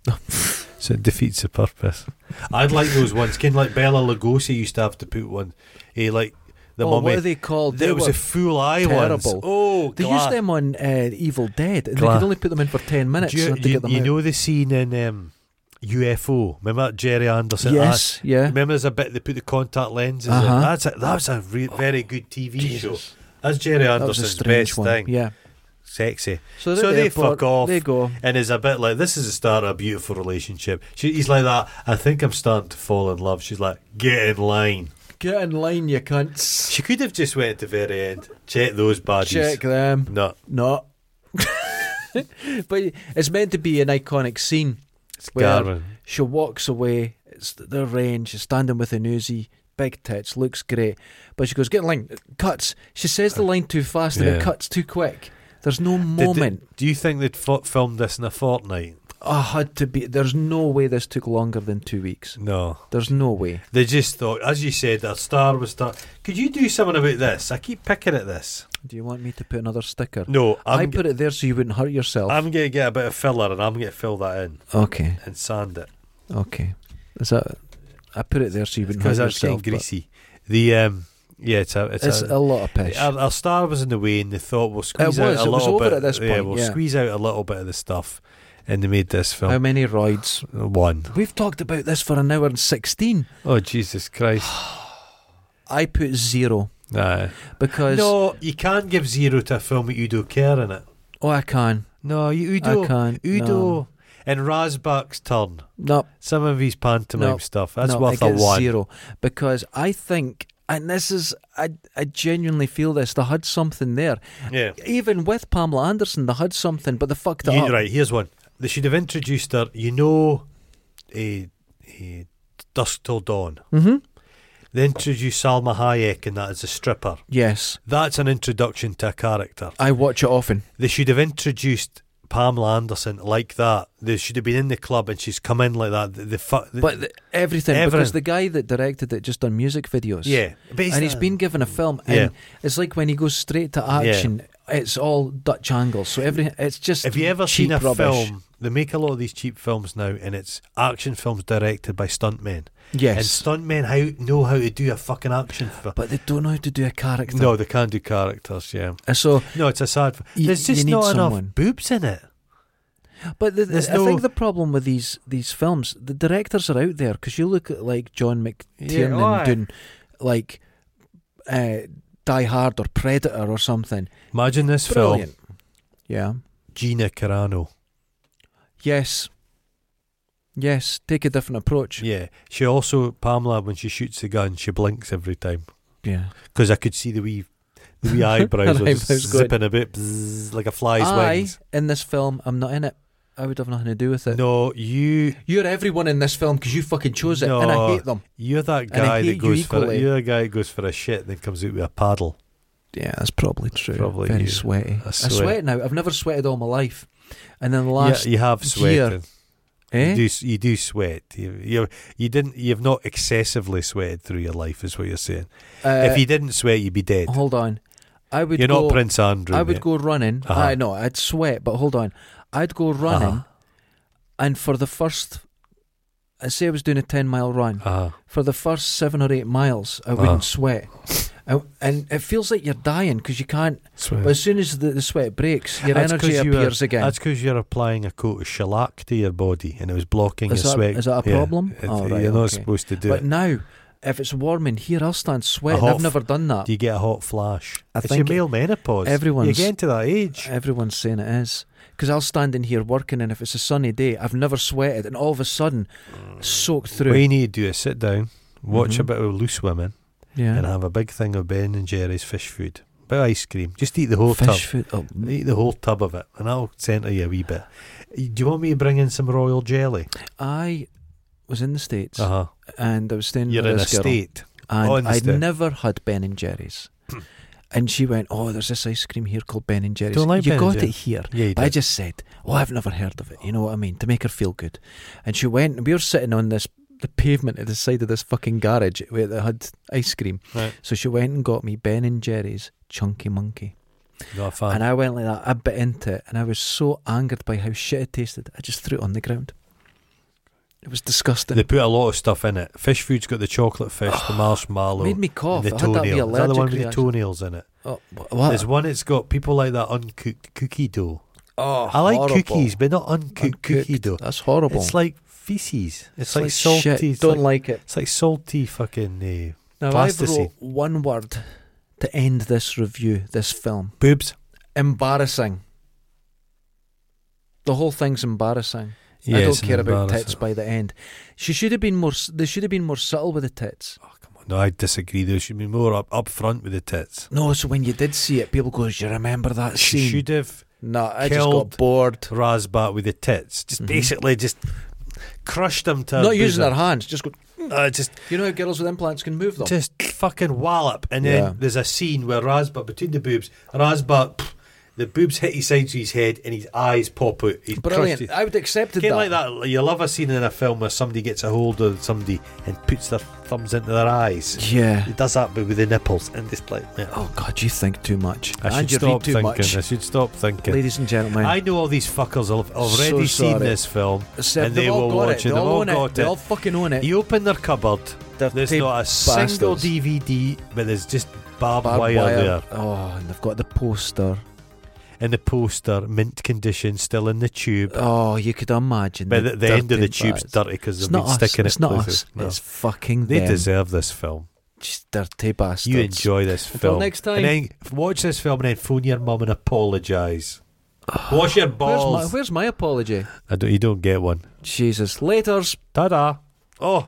B: so it defeats the purpose. I'd like those ones, kind of like Bella Lugosi used to have to put one. He like the
A: oh,
B: mummy.
A: what are they called? They
B: there was
A: were-
B: a full eye ones.
A: terrible.
B: Oh,
A: they
B: gla-
A: used them on uh, Evil Dead, and
B: Gla-
A: they could only put them in for ten minutes
B: Do you,
A: and had to
B: you-
A: get them
B: you
A: out.
B: know the scene in um, UFO? Remember that Jerry Anderson? act?
A: yes, yeah.
B: Remember there's a bit they put the contact lenses
A: Uh-huh.
B: in. That's a, that was a re- very good TV show.
A: Jesus.
B: That's Jerry
A: That was a
B: Anderson's
A: strange
B: best
A: one.
B: thing.
A: Yeah.
B: Sexy.
A: they're
B: So
A: at the
B: they
A: airport,
B: fuck off.
A: They go.
B: And it's a bit like this is the start of a beautiful relationship. She, he's like that. I think I'm starting to fall in love. She's like, get in line.
A: Get in line, you cunts.
B: She could have just went to the very end. Check those baddies.
A: Check them.
B: No,
A: No. but it's meant to be an iconic scene.
B: it's
A: Well,
B: Garvin.
A: She walks away. It's th- the rain. She's standing with an Uzi. Big tits. Looks great. But she goes, get in line. It cuts. She says the line too fast and
B: Yeah.
A: it cuts too quick. There's no
B: Did they-
A: moment.
B: do you think they'd fo- filmed this in a fortnight?
A: I had to be. There's no way this took longer than two weeks.
B: No.
A: There's no way.
B: They just thought, as you said, our star was star. Could you do something about this? I keep picking at this.
A: Do you want me to put another sticker?
B: No,
A: i
B: I'm,
A: put it there so you wouldn't hurt yourself.
B: I'm going to get a bit of filler and I'm going to fill that in
A: okay,
B: and sand it.
A: okay. Is that? I put it there so you wouldn't hurt
B: Because that's getting
A: yourself. but
B: greasy. The, um, yeah, it's a, it's,
A: It's
B: a
A: a lot of pish.
B: Our, our star was in the way, and they thought we'll
A: was,
B: squeeze out a
A: it was
B: little
A: over
B: bit.
A: at this
B: yeah,
A: point,
B: we'll
A: yeah.
B: squeeze out a little bit of the stuff, and they made this
A: How
B: film
A: many roids?
B: one.
A: We've talked about this for an hour and sixteen.
B: Um, Oh Jesus Christ!
A: I put zero
B: Aye.
A: because
B: No, you can't give zero to a film with Udo Care in it.
A: oh, I can,
B: No, you
A: I
B: Udo,
A: can't.
B: Udo,
A: no,
B: and Razbak's turn.
A: no,
B: Some of his pantomime
A: No,
B: stuff. That's
A: no,
B: worth
A: I
B: a
A: get
B: one.
A: zero because I think, and this is, I, I genuinely feel this. They had something there,
B: Yeah,
A: even with Pamela Anderson. They had something, but they fucked it
B: You-
A: up.
B: right. Here's one. They should have introduced her. You know, a, a dusk till dawn.
A: Mm-hmm.
B: They introduced Salma Hayek, and that as a stripper.
A: Yes,
B: That's an introduction to a character.
A: I watch it often.
B: They should have introduced Pamela Anderson like that. They should have been in the club and she's come in like that. The, the fu- the-
A: But th everything, because
B: Everything.
A: the guy that directed it just done music videos.
B: yeah, but
A: And he's been given a film, and
B: Yeah.
A: it's like when he goes straight to action, it's all Dutch angles. So every it's just
B: Have you ever
A: cheap
B: seen a
A: rubbish.
B: film? They make a lot of these cheap films now, and it's action films directed by stuntmen.
A: Yes,
B: And stuntmen how know how to do a fucking action film.
A: but they don't know how to do a character.
B: No, they can do characters. Yeah,
A: And So,
B: no, it's a sad. f-
A: You-
B: There's
A: you
B: just
A: need
B: not
A: someone.
B: enough boobs in it.
A: but the,
B: There's
A: I think
B: no-
A: the problem with these these films, the directors are out there because you look at like John
B: Yeah,
A: McTiernan
B: aye.
A: doing like uh, Die Hard or Predator or something.
B: Imagine this film,
A: Brilliant. Yeah.
B: Gina Carano.
A: Yes. Yes, take a different approach.
B: Yeah, she also Pamela when she shoots the gun, she blinks every time.
A: Yeah.
B: because I could see the wee, the wee eyebrows
A: Her
B: were just
A: eyebrows going-
B: zipping a bit bzzz, like a fly's
A: I,
B: wings.
A: in this film, I'm not in it. I would have nothing to do with it.
B: No, you,
A: You're everyone in this film because you fucking chose it, and I
B: No.
A: hate them.
B: you're that
A: And I
B: guy
A: hate
B: that
A: you
B: goes for
A: equally.
B: you're the guy that goes for a shit and then comes out with a paddle.
A: Yeah, that's probably true.
B: Probably
A: Very
B: you.
A: sweaty.
B: I
A: I sweat.
B: sweat.
A: now. I've never sweated all my life, and then the
B: Yeah,
A: last
B: you have
A: year,
B: sweating.
A: eh?
B: You do, s- you do sweat. You, you, you didn't. You've not excessively sweated through your life, is what you're saying.
A: Uh,
B: if you didn't sweat, you'd be dead.
A: hold on, I would.
B: You're
A: go,
B: not Prince Andrew.
A: I would
B: mate.
A: go running.
B: Uh-huh.
A: I know I'd sweat, but hold on, I'd go running,
B: Uh-huh.
A: and for the first, I say I was doing a ten mile run.
B: Uh-huh.
A: for the first seven or eight miles, I
B: Ah.
A: wouldn't sweat. I, and it feels like you're dying because you can't.
B: Sweat.
A: But as soon as the, the sweat breaks, your
B: That's
A: energy
B: 'cause you were-
A: appears again.
B: That's because you're applying a coat of shellac to your body and it was blocking
A: Is
B: your
A: that-
B: sweat.
A: is that a problem?
B: It-
A: Oh, right,
B: you're not
A: okay.
B: supposed to do
A: but
B: it.
A: now, if it's warm in here, I'll stand sweating.
B: hot
A: I've
B: f-
A: never done that.
B: Do you get a hot flash?
A: I
B: it's
A: think
B: your male menopause. You're
A: everyone's-
B: getting to that age.
A: Everyone's saying it is. Because I'll stand in here working, and if it's a sunny day, I've never sweated, and all of a sudden, soaked through.
B: What you need to do is sit down, watch a
A: Mhm.
B: bit of Loose Women,
A: yeah.
B: and have a big thing of Ben and Jerry's fish food. Bit of ice cream. Just eat the whole tub.
A: Fish food. Oh,
B: Eat the whole tub of it, and I'll centre you a wee bit. Do you want me to bring in some royal jelly?
A: I was in the States,
B: Uh huh.
A: and I was staying
B: You're
A: with
B: in a
A: this girl.
B: state.
A: and
B: Oh, in the
A: I'd
B: States.
A: never had Ben and Jerry's. and she went, "Oh, there's this ice cream here called Ben and Jerry's.
B: Don't like
A: you
B: Ben and
A: got it
B: Jerry's."
A: here."
B: Yeah, you
A: But I
B: did.
A: just said, "Oh, I've never heard of it." You know what I mean? To make her feel good. And she went, and we were sitting on this the pavement at the side of this fucking garage where they had ice cream.
B: Right.
A: So she went and got me Ben and Jerry's Chunky Monkey.
B: Not a fan.
A: And I went like that. I bit into it, and I was so angered by how shit it tasted. I just threw it on the ground. It was disgusting.
B: They put a lot of stuff in it. Fish food's got the chocolate fish, the marshmallow,
A: Oh, made
B: and
A: me cough.
B: the
A: I had that wee
B: toenail. Is that the
A: allergic
B: one with the
A: reaction.
B: toenails in it?
A: Oh, wh- what?
B: There's one that's got people like that uncooked cookie dough.
A: Oh,
B: I like
A: horrible.
B: cookies, but not uncooked, cookie
A: Uncooked.
B: dough.
A: That's horrible.
B: It's like feces.
A: It's
B: It's, like, salty.
A: Shit.
B: It's
A: Don't
B: like,
A: like, it.
B: it's like salty fucking uh,
A: Now I've
B: plasticine.
A: wrote one word to end this review, this film.
B: boobs.
A: Embarrassing. The whole thing's embarrassing. I
B: Yes,
A: don't care about
B: embarrassing.
A: tits by the end. She should have been more. s- They should have been more subtle with the tits.
B: No, I disagree. There should be more up up front with the tits.
A: No, so when you did see it, people go, "Do you remember that
B: She
A: scene?"
B: should have
A: no, I just
B: killed
A: got bored.
B: Razbat with the tits. Just
A: Mhm.
B: basically just crushed them to her
A: Not using
B: bosom.
A: their hands, just go.
B: Uh, just
A: You know how girls with implants can move them.
B: just fucking wallop. And
A: Yeah.
B: then there's a scene where Razbat between the boobs, Razbat, pff, the boobs hit his sides of his head and his eyes pop out. He's crushed
A: Brilliant.
B: his-
A: I would have accepted
B: Kind
A: that.
B: of like that. You love a scene in a film where somebody gets a hold of somebody and puts their thumbs into their eyes.
A: Yeah.
B: It does that, but with the nipples and just like. yeah.
A: Oh God, you think too much.
B: I should
A: and you
B: stop
A: read too
B: thinking.
A: much.
B: I should stop thinking.
A: Ladies and gentlemen,
B: I know all these fuckers have
A: So
B: already seen
A: sorry.
B: this film.
A: except
B: and
A: they've
B: they
A: all
B: will
A: got
B: watch
A: it.
B: it.
A: They
B: They've
A: all
B: all
A: own
B: got
A: it. They
B: it.
A: all fucking own it.
B: You open their cupboard,
A: They're
B: there's
A: tape-
B: not a single
A: bastards.
B: DVD, but there's just barbed,
A: barbed
B: wire, there.
A: Oh, and they've got the poster.
B: And the poster, mint condition, still in the tube.
A: Oh, you could imagine.
B: but at the end of the
A: dirty
B: tube's
A: bastards.
B: dirty because
A: It's
B: they've
A: not
B: been
A: us.
B: sticking
A: it's
B: it
A: not
B: places.
A: us.
B: No.
A: It's fucking
B: They
A: them.
B: deserve this film.
A: Just dirty bastards.
B: You enjoy this
A: Until
B: film.
A: next
B: And
A: time.
B: then watch this film and then phone your mum and apologise. Wash your
A: Where's my,
B: balls.
A: where's my apology?
B: I don't, you don't get one.
A: Jesus. Later's.
B: Ta da. Oh.